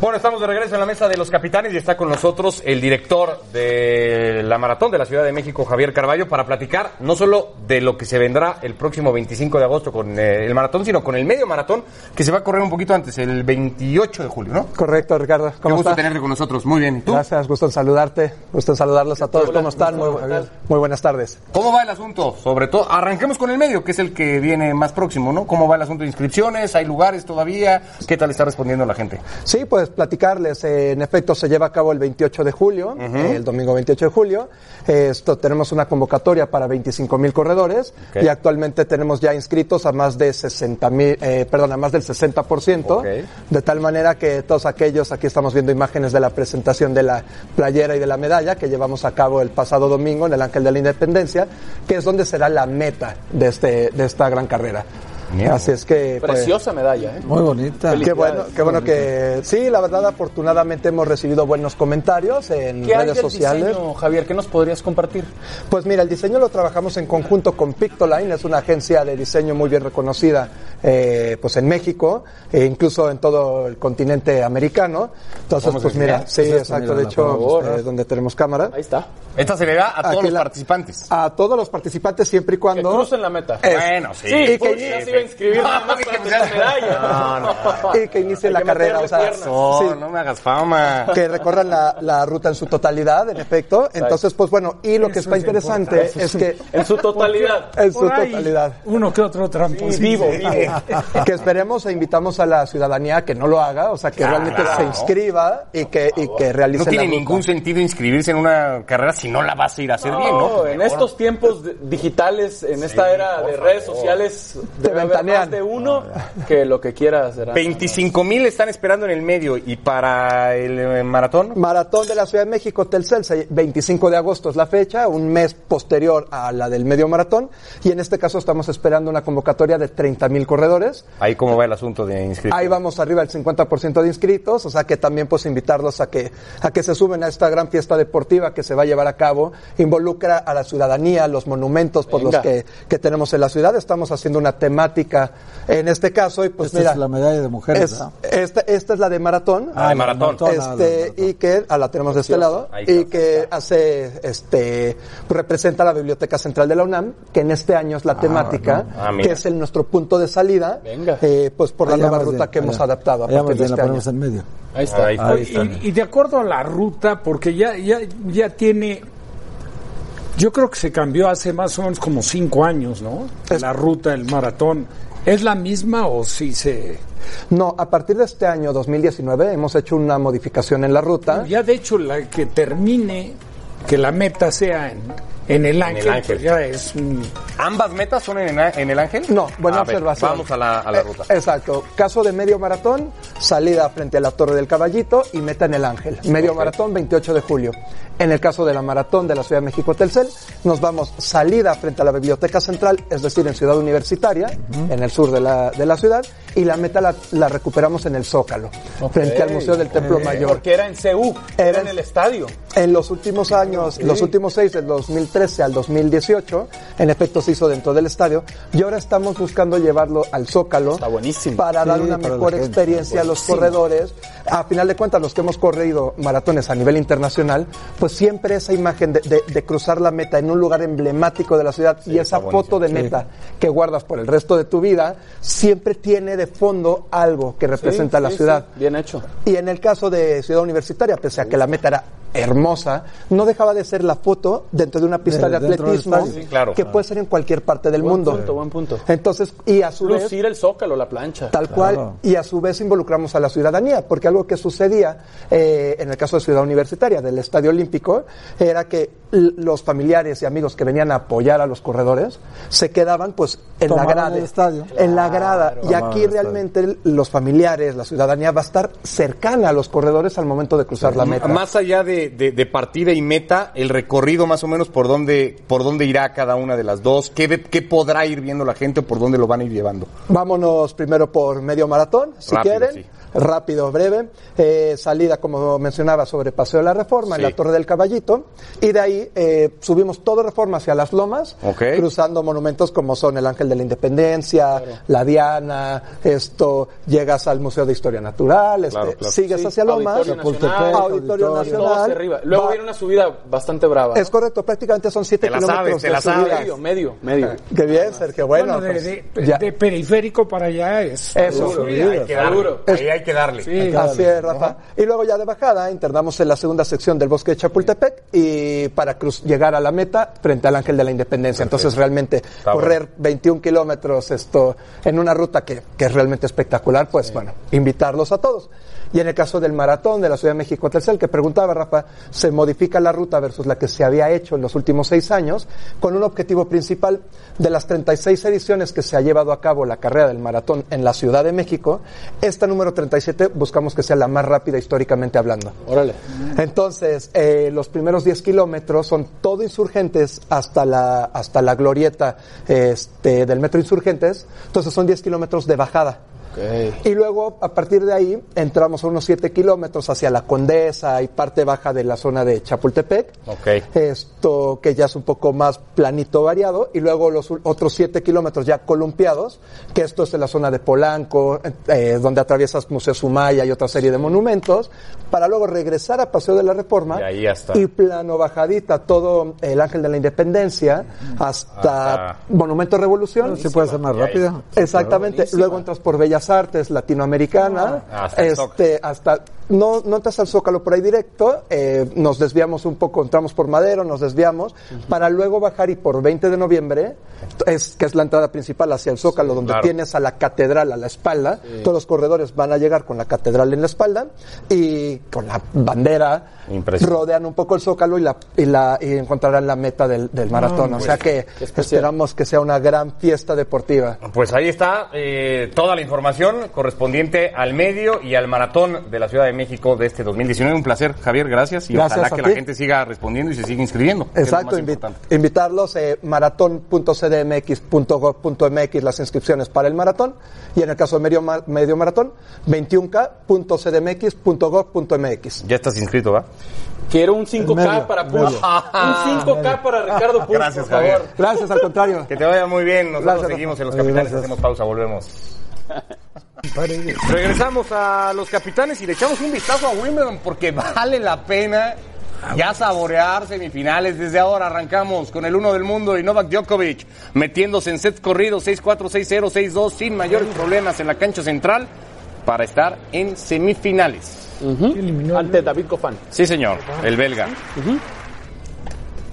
Speaker 3: Bueno, estamos de regreso en la mesa de los capitanes y está con nosotros el director de la Maratón de la Ciudad de México, Javier Carballo, para platicar no solo de lo que se vendrá el próximo 25 de agosto con eh, el maratón, sino con el medio maratón que se va a correr un poquito antes, el 28 de julio, ¿no?
Speaker 15: Correcto, Ricardo.
Speaker 3: Qué
Speaker 15: ¿Cómo
Speaker 3: gusto
Speaker 15: está?
Speaker 3: tenerte con nosotros. Muy bien. ¿Y tú?
Speaker 15: Gracias, gusto en saludarte, gusto en saludarlos a todos.
Speaker 3: Hola,
Speaker 15: ¿Cómo están? Muy,
Speaker 3: gusto, ¿qué tal?
Speaker 15: muy buenas tardes.
Speaker 3: ¿Cómo va el asunto? Sobre todo, arranquemos con el medio, que es el que viene más próximo, ¿no? ¿Cómo va el asunto de inscripciones? ¿Hay lugares todavía? ¿Qué tal está respondiendo la gente?
Speaker 15: Sí, pues platicarles. eh, en efecto, se lleva a cabo el 28 de julio, eh, el domingo 28 de julio. Eh, esto, tenemos una convocatoria para 25 mil corredores
Speaker 16: Ok.
Speaker 15: y actualmente tenemos ya inscritos a más de 60 mil, eh, perdón, a más del 60%. De tal manera que todos aquellos, aquí estamos viendo imágenes de la presentación de la playera y de la medalla que llevamos a cabo el pasado domingo en el Ángel de la Independencia, que es donde será la meta de, este, de esta gran carrera.
Speaker 6: Bien.
Speaker 15: Así es que... pues,
Speaker 6: Preciosa medalla, ¿eh?
Speaker 15: bonita. Qué
Speaker 6: Felicidades.
Speaker 15: bueno, qué bueno que sí, la verdad afortunadamente hemos recibido buenos comentarios en
Speaker 6: ¿Qué hay
Speaker 15: redes
Speaker 6: del
Speaker 15: sociales.
Speaker 6: diseño, Javier? ¿Qué nos podrías compartir?
Speaker 15: Pues mira, el diseño lo trabajamos en conjunto con Pictoline, es una agencia de diseño muy bien reconocida eh, pues en México, e incluso en todo el continente americano. Entonces,
Speaker 3: Vamos a
Speaker 15: pues
Speaker 3: enseñar.
Speaker 15: mira, sí,
Speaker 3: Es esto,
Speaker 15: exacto,
Speaker 3: mira,
Speaker 15: de
Speaker 3: la favor.
Speaker 15: hecho, eh, donde tenemos cámara. Ahí
Speaker 6: está.
Speaker 3: Esta se le da a todos los participantes.
Speaker 15: A todos los participantes siempre y cuando...
Speaker 6: Crucen la meta.
Speaker 15: Ah, Es-
Speaker 3: Bueno, sí.
Speaker 15: Y que-
Speaker 6: Puchas iba a inscribir nada más para tener medalla.
Speaker 3: No, no.
Speaker 15: y que inicie la carrera. O sea,
Speaker 3: No,
Speaker 15: sí,
Speaker 3: no me hagas fama.
Speaker 15: que recorran la, la ruta en su totalidad, en efecto. Entonces, pues bueno, y lo que
Speaker 4: Eso
Speaker 15: está
Speaker 4: es
Speaker 15: interesante
Speaker 4: importante.
Speaker 15: es que...
Speaker 6: En su totalidad.
Speaker 15: En su
Speaker 4: Por ahí,
Speaker 15: totalidad.
Speaker 4: Uno que otro trampo.
Speaker 15: Sí, sí. que esperemos e invitamos a la ciudadanía que no lo haga, o sea, que
Speaker 3: Claro.
Speaker 15: realmente se inscriba y que, y que
Speaker 3: No
Speaker 15: realice la
Speaker 3: tiene
Speaker 15: ruta.
Speaker 3: ningún sentido inscribirse en una carrera si no la vas a ir a hacer bien, ¿no?
Speaker 6: en estos tiempos de- digitales, en esta era de redes sociales, debe haber más de uno que lo que quieras. será.
Speaker 3: 25 mil están esperando en el medio y para el eh, maratón.
Speaker 15: Maratón de la Ciudad de México, Telcel, se- 25 de agosto es la fecha, un mes posterior a la del medio maratón, y en este caso estamos esperando una convocatoria de 30 mil corredores.
Speaker 3: Ahí cómo va el asunto de inscripción.
Speaker 15: Ahí vamos arriba del 50% de inscritos, o sea que también pues invitarlos a que, a que se sumen a esta gran fiesta deportiva que se va a llevar a cabo, involucra a la ciudadanía, los monumentos por
Speaker 5: Venga.
Speaker 15: los que, que tenemos en la ciudad, estamos haciendo una temática en este caso y pues
Speaker 5: Esta
Speaker 15: mira,
Speaker 5: es la medalla de mujeres,
Speaker 15: es-
Speaker 5: ¿verdad?
Speaker 15: esta, esta es la de maratón.
Speaker 5: Ah, de maratón.
Speaker 15: Este,
Speaker 5: Ah, de
Speaker 15: Y que ah, la tenemos de este
Speaker 5: Preciosa.
Speaker 15: lado.
Speaker 5: Ahí
Speaker 15: Y que hace, este, representa la Biblioteca Central de la UNAM, que en este año es la temática,
Speaker 5: no. Ah, mira.
Speaker 15: que es el, nuestro punto de salida, eh, pues por la
Speaker 5: Allá
Speaker 15: nueva
Speaker 5: más
Speaker 15: ruta
Speaker 5: bien,
Speaker 15: que hemos
Speaker 5: allá.
Speaker 15: adaptado a
Speaker 5: Allá
Speaker 15: partir
Speaker 5: más
Speaker 15: de
Speaker 5: bien,
Speaker 15: este
Speaker 5: la
Speaker 15: año.
Speaker 5: ponemos en medio.
Speaker 6: Ahí
Speaker 5: está. Ahí
Speaker 4: Oye,
Speaker 5: está.
Speaker 4: Y, y de acuerdo a la ruta, porque ya, ya, ya tiene. Yo creo que se cambió hace más o menos como cinco años, ¿no? La ruta, el maratón. ¿Es la misma o sí se.?
Speaker 15: No, a partir de este año 2019 hemos hecho una modificación en la
Speaker 5: ¿Ah?
Speaker 15: ruta.
Speaker 4: Ya de hecho, la que termine, que la meta sea en, en el ángel,
Speaker 3: Ángel.
Speaker 4: pues ya es un.
Speaker 3: ¿Ambas metas son en, en el Ángel?
Speaker 15: No, buena
Speaker 3: A ver,
Speaker 15: observación.
Speaker 3: vamos a la, a la
Speaker 15: Eh,
Speaker 3: ruta.
Speaker 15: Exacto. Caso de medio maratón, salida frente a la Torre del Caballito y meta en el Ángel. Medio
Speaker 3: Ok.
Speaker 15: maratón, 28 de julio. En el caso de la maratón de la Ciudad de México Telcel, nos vamos salida frente a la Biblioteca Central, es decir, en Ciudad Universitaria, en el sur de la, de la ciudad, y la meta la, la recuperamos en el Zócalo, frente al Museo del Templo
Speaker 6: Eh,
Speaker 15: Mayor.
Speaker 6: Porque era en CU, era en el estadio.
Speaker 15: En los últimos años, los últimos seis, del 2013 al 2018, en efecto se hizo dentro del estadio y ahora estamos buscando llevarlo al Zócalo para
Speaker 5: Sí,
Speaker 15: dar una
Speaker 5: para la
Speaker 15: mejor
Speaker 5: gente.
Speaker 15: experiencia a los
Speaker 5: Buenísimo.
Speaker 15: corredores. A final de cuentas, los que hemos corrido maratones a nivel internacional, pues siempre esa imagen de, de- de cruzar la meta en un lugar emblemático de la ciudad y esa foto de
Speaker 5: Sí.
Speaker 15: meta que guardas por el resto de tu vida, siempre tiene de fondo algo que representa
Speaker 6: Sí,
Speaker 15: la
Speaker 6: sí,
Speaker 15: ciudad.
Speaker 6: sí, Bien hecho.
Speaker 15: Y en el caso de Ciudad Universitaria, pese a que la meta era hermosa, no dejaba de ser la foto dentro de una pista
Speaker 6: De-
Speaker 15: de,
Speaker 6: dentro del
Speaker 15: atletismo
Speaker 6: estadio. Sí, claro.
Speaker 15: que puede ser en cualquier parte del
Speaker 6: Buen
Speaker 15: mundo.
Speaker 6: punto, buen punto.
Speaker 15: Entonces, y a su vez,
Speaker 6: Lucir el zócalo, la plancha.
Speaker 15: tal cual, y a su vez involucramos a la ciudadanía, porque algo que sucedía eh, en el caso de Ciudad Universitaria, del Estadio Olímpico, era que l- los familiares y amigos que venían a apoyar a los corredores se quedaban pues en
Speaker 5: Tomaban
Speaker 15: la grada.
Speaker 5: el estadio.
Speaker 15: En la grada. Y
Speaker 5: Tomaban el
Speaker 15: aquí
Speaker 5: estadio.
Speaker 15: realmente el- los familiares, la ciudadanía va a estar cercana a los corredores al momento de cruzar la meta.
Speaker 3: Más allá de, de- de partida y meta, el recorrido más o menos por dónde, por dónde irá cada una de las dos, qué, ve- qué podrá ir viendo la gente o por dónde lo van a ir llevando.
Speaker 15: Vámonos primero por medio maratón, si
Speaker 3: Rápido,
Speaker 15: quieren.
Speaker 3: sí.
Speaker 15: rápido, breve. Eh, salida, como mencionaba, sobre Paseo de la Reforma, en la Torre del Caballito. Y de ahí eh, subimos todo Reforma hacia las Lomas,
Speaker 9: Ok.
Speaker 15: cruzando monumentos como son el Ángel de la Independencia, la Diana, esto, llegas al Museo de Historia Natural, este,
Speaker 6: Claro, claro.
Speaker 15: sigues
Speaker 6: Sí,
Speaker 15: hacia Lomas,
Speaker 6: Auditorio Nacional,
Speaker 15: Auditorio
Speaker 6: todo hacia
Speaker 15: Nacional.
Speaker 6: arriba. Luego
Speaker 15: va-
Speaker 6: viene una subida bastante brava.
Speaker 15: es correcto, prácticamente son 7
Speaker 6: Te la
Speaker 15: kilómetros
Speaker 6: sabes, te
Speaker 15: de
Speaker 6: la
Speaker 15: subida.
Speaker 6: sabes. Medio, medio, medio.
Speaker 15: Qué bien, Sergio. Bueno,
Speaker 4: Bueno, de-
Speaker 15: pues,
Speaker 4: de,
Speaker 15: ya.
Speaker 4: de periférico para allá es.
Speaker 15: Eso,
Speaker 4: Duro,
Speaker 15: sí,
Speaker 4: hay que darle,
Speaker 15: seguro.
Speaker 3: Ahí hay que darle.
Speaker 4: Sí,
Speaker 15: Así es, Rafa. Y luego ya de bajada ¿eh? internamos en la segunda sección del bosque de Chapultepec y para cruz- llegar a la meta frente al Ángel de la Independencia. Entonces realmente correr 21 kilómetros esto en una ruta que, que es realmente espectacular, pues bueno, invitarlos a todos. Y en el caso del maratón de la Ciudad de México Tercel, que preguntaba Rafa, se modifica la ruta versus la que se había hecho en los últimos seis años, con un objetivo principal de las 36 ediciones que se ha llevado a cabo la carrera del maratón en la Ciudad de México. Esta número 37 buscamos que sea la más rápida históricamente hablando.
Speaker 6: Órale.
Speaker 15: Entonces, eh, los primeros 10 kilómetros son todo insurgentes hasta la, hasta la glorieta este, del metro insurgentes. Entonces, son 10 kilómetros de bajada. Y luego, a partir de ahí, entramos a unos 7 kilómetros hacia la Condesa y parte baja de la zona de Chapultepec. Esto que ya es un poco más planito variado. Y luego los ul- otros 7 kilómetros ya columpiados, que esto es en la zona de Polanco, eh, eh, donde atraviesas Museo Sumaya y otra serie de monumentos, para luego regresar a Paseo de la Reforma.
Speaker 3: Y ahí hasta-
Speaker 15: y plano bajadita, todo el Ángel de la Independencia, hasta
Speaker 5: Hasta-
Speaker 15: Monumento Revolución.
Speaker 5: Sí puede ser más rápido.
Speaker 15: Exactamente. Luego entras por Bellas Artes Latinoamericana.
Speaker 5: Ah, hasta el
Speaker 15: este, hasta no, no entras al Zócalo por ahí directo. eh, nos desviamos un poco, entramos por Madero, nos desviamos, para luego bajar y por 20 de noviembre, es, que es la entrada principal hacia el Zócalo, donde
Speaker 5: claro.
Speaker 15: tienes a la catedral a la espalda.
Speaker 5: Sí.
Speaker 15: Todos los corredores van a llegar con la catedral en la espalda y con la bandera. Rodean un poco el zócalo y, la, y, la, y encontrarán la meta del, del maratón. o
Speaker 3: pues,
Speaker 15: sea que
Speaker 3: qué especial.
Speaker 15: esperamos que sea una gran fiesta deportiva.
Speaker 3: Pues ahí está eh, toda la información correspondiente al medio y al maratón de la Ciudad de México de este 2019. Un placer, Javier, gracias. Y
Speaker 15: Gracias
Speaker 3: ojalá
Speaker 15: a
Speaker 3: que
Speaker 15: ti.
Speaker 3: la gente siga respondiendo y se siga inscribiendo. que es lo
Speaker 15: Exacto,
Speaker 3: más
Speaker 15: invi-
Speaker 3: importante.
Speaker 15: invitarlos eh, a maratón.cdmx.gov.mx las inscripciones para el maratón y en el caso de medio, ma- medio maratón 21k.cdmx.gov.mx.
Speaker 3: Ya estás inscrito, ¿va?
Speaker 6: Quiero un 5K
Speaker 15: medio,
Speaker 6: para
Speaker 15: medio.
Speaker 6: Puch. Un 5K para Ricardo Puch,
Speaker 3: Gracias,
Speaker 6: por favor.
Speaker 3: Javier.
Speaker 15: Gracias, al contrario.
Speaker 3: Que te vaya muy bien. Nosotros
Speaker 6: Gracias,
Speaker 3: seguimos en los
Speaker 6: Rafa.
Speaker 3: capitanes.
Speaker 6: Gracias.
Speaker 3: Hacemos pausa, volvemos. Regresamos a los capitanes y le echamos un vistazo a Wimbledon porque vale la pena ya saborear semifinales. Desde ahora arrancamos con el uno del mundo y Novak Djokovic metiéndose en sets corridos 6-4, 6-0, 6-2 sin mayores problemas en la cancha central para estar en semifinales.
Speaker 6: Ante David Cofán.
Speaker 3: Sí, señor, el belga.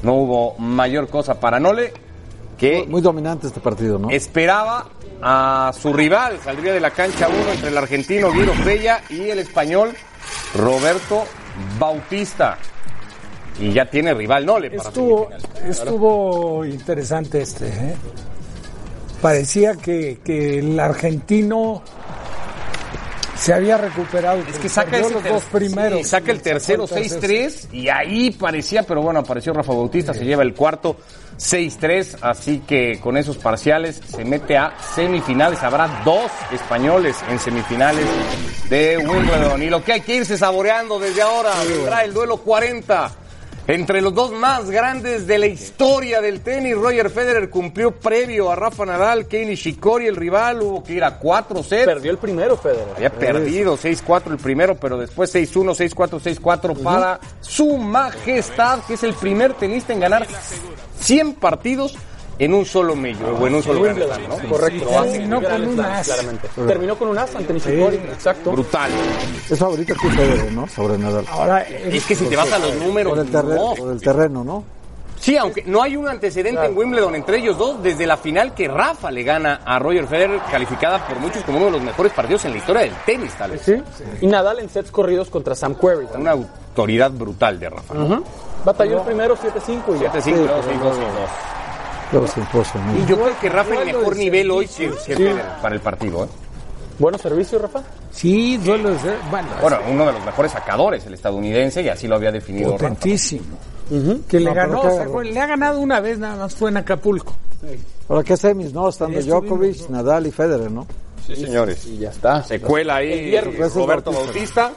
Speaker 3: No hubo mayor cosa para Nole que
Speaker 5: Muy dominante este partido, ¿no?
Speaker 3: esperaba a su rival. Saldría de la cancha uno entre el argentino Guido Pella y el español Roberto Bautista. Y ya tiene rival Nole. para
Speaker 4: Estuvo,
Speaker 3: semifinales.
Speaker 4: estuvo interesante este. ¿eh? Parecía que, que el argentino se había recuperado.
Speaker 3: Es que saca ese
Speaker 4: los
Speaker 3: ter-
Speaker 4: dos primeros.
Speaker 3: sí, saca el tercero
Speaker 4: Entonces,
Speaker 3: 6-3 y ahí parecía, pero bueno, apareció Rafa Bautista, se lleva el cuarto 6-3, así que con esos parciales se mete a semifinales. Habrá dos españoles en semifinales de Wimbledon y lo que hay que irse saboreando desde ahora vendrá el duelo 40. Entre los dos más grandes de la historia del tenis, Roger Federer cumplió previo a Rafa Nadal, Kei Nishikori, el rival, hubo que ir a cuatro sets. Perdió
Speaker 6: el primero, Federer.
Speaker 3: Había perdido 6-4 el primero, pero después 6-1, 6-4, 6-4 para su majestad, que es el primer tenista en ganar 100 partidos en un solo medio, o en un solo gran
Speaker 6: Wimbledon,
Speaker 3: slam,
Speaker 6: ¿no?
Speaker 3: ¿no?
Speaker 6: Correcto.
Speaker 3: Lo hace
Speaker 6: Terminó
Speaker 3: gran
Speaker 6: con un
Speaker 3: slam,
Speaker 6: as.
Speaker 3: claramente.
Speaker 6: Terminó con un as ante Nishikori. Exacto.
Speaker 3: Brutal.
Speaker 5: Es favorito aquí Federer, ¿no? Sobre Nadal.
Speaker 4: Ahora,
Speaker 3: Es que si te vas a los números,
Speaker 5: Por el terreno,
Speaker 3: no.
Speaker 5: por el terreno ¿no?
Speaker 3: Sí, aunque no hay un antecedente en Wimbledon entre ellos dos desde la final que Rafa le gana a Roger Federer, calificada por muchos como uno de los mejores partidos en la historia del tenis, tal vez.
Speaker 6: Y Nadal en sets corridos contra Sam Querrey.
Speaker 3: Una autoridad brutal de Rafa.
Speaker 6: Ujú. Batalló el primero 7-5 y ya.
Speaker 3: 7-5, luego 5-5.
Speaker 5: Luego se impuso, ¿no?
Speaker 3: Y yo creo que Rafa en
Speaker 6: Duelo
Speaker 3: mejor
Speaker 6: de
Speaker 3: nivel hoy que,
Speaker 6: servicios.
Speaker 3: que
Speaker 6: Sí.
Speaker 3: Federer para el partido. ¿eh?
Speaker 6: Buenos servicios, Rafa.
Speaker 4: Sí, duelo de ser- Bueno,
Speaker 3: Bueno, uno de los mejores sacadores, el estadounidense, y así lo había definido Rafa.
Speaker 4: potentísimo. Que le
Speaker 5: No, pero
Speaker 4: ganó,
Speaker 5: qué
Speaker 4: o sea,
Speaker 5: agarró.
Speaker 4: le ha ganado una vez nada más, fue en Acapulco.
Speaker 5: Ahora, ¿qué semis, no? Estando
Speaker 4: Estuvimos,
Speaker 5: Djokovic, Nadal y Federer, ¿no?
Speaker 3: Sí, señores.
Speaker 6: Y ya está.
Speaker 3: Se cuela ahí
Speaker 6: El viernes.
Speaker 3: Roberto
Speaker 6: Bautista.
Speaker 3: Bautista.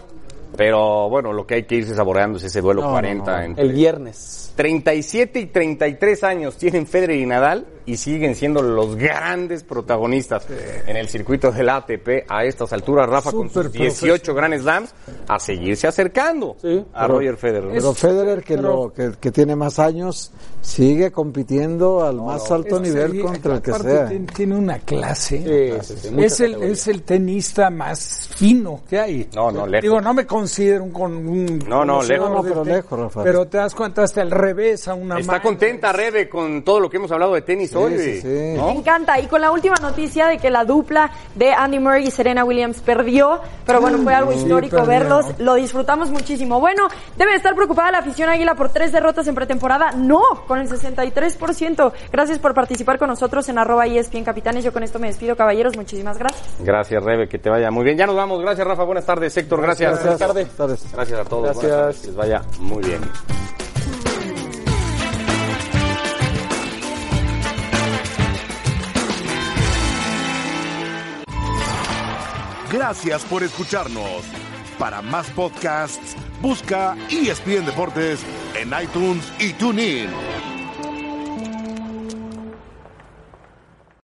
Speaker 3: Pero bueno, lo que hay que irse saboreando es ese duelo
Speaker 6: No, no,
Speaker 3: 40.
Speaker 6: no.
Speaker 3: entre-
Speaker 6: El viernes.
Speaker 3: 37 y 33 años tienen Federer y Nadal y siguen siendo los grandes protagonistas en el circuito del ATP a estas alturas. Rafa con sus
Speaker 5: Superprofes-
Speaker 3: 18 Grand Slams a seguirse acercando a
Speaker 5: Pero-
Speaker 3: Roger Federer.
Speaker 5: Pero Federer, que, lo, que, que tiene más años, sigue compitiendo al más alto nivel
Speaker 4: Sí,
Speaker 5: contra el que
Speaker 4: aparte
Speaker 5: sea.
Speaker 4: tien- Tiene una clase.
Speaker 5: sí, sí,
Speaker 4: es,
Speaker 5: mucha
Speaker 4: el, es el tenista más fino que hay.
Speaker 3: No, no, lejos.
Speaker 4: Digo, no me considero un... Con un
Speaker 3: No, no,
Speaker 4: conocedor
Speaker 3: lejos. No,
Speaker 4: del
Speaker 3: pero
Speaker 4: tenis,
Speaker 3: lejos, Rafa.
Speaker 4: Pero te das cuenta hasta el revés a una
Speaker 3: Está
Speaker 4: mano.
Speaker 3: contenta Rebe con todo lo que hemos hablado de tenis hoy.
Speaker 4: sí, sí.
Speaker 3: ¿no?
Speaker 10: Me encanta. Y con la última noticia de que la dupla de Andy Murray y Serena Williams perdió, pero bueno, fue algo
Speaker 17: Sí,
Speaker 10: histórico
Speaker 17: perdió.
Speaker 10: verlos. Lo disfrutamos muchísimo. Bueno, debe estar preocupada la afición águila por tres derrotas en pretemporada. No, con el 63%. Gracias por participar con nosotros en arroba ESPN Capitanes. Yo con esto me despido, caballeros. Muchísimas gracias.
Speaker 3: Gracias, Rebe, que te vaya muy bien. Ya nos vamos. Gracias, Rafa. Buenas tardes, Héctor. Gracias.
Speaker 5: Gracias.
Speaker 3: Buenas tardes. Gracias a todos.
Speaker 5: Gracias.
Speaker 3: Buenas tardes. Que les vaya muy bien.
Speaker 1: Gracias por escucharnos. Para más podcasts, busca ESPN Deportes en iTunes y TuneIn.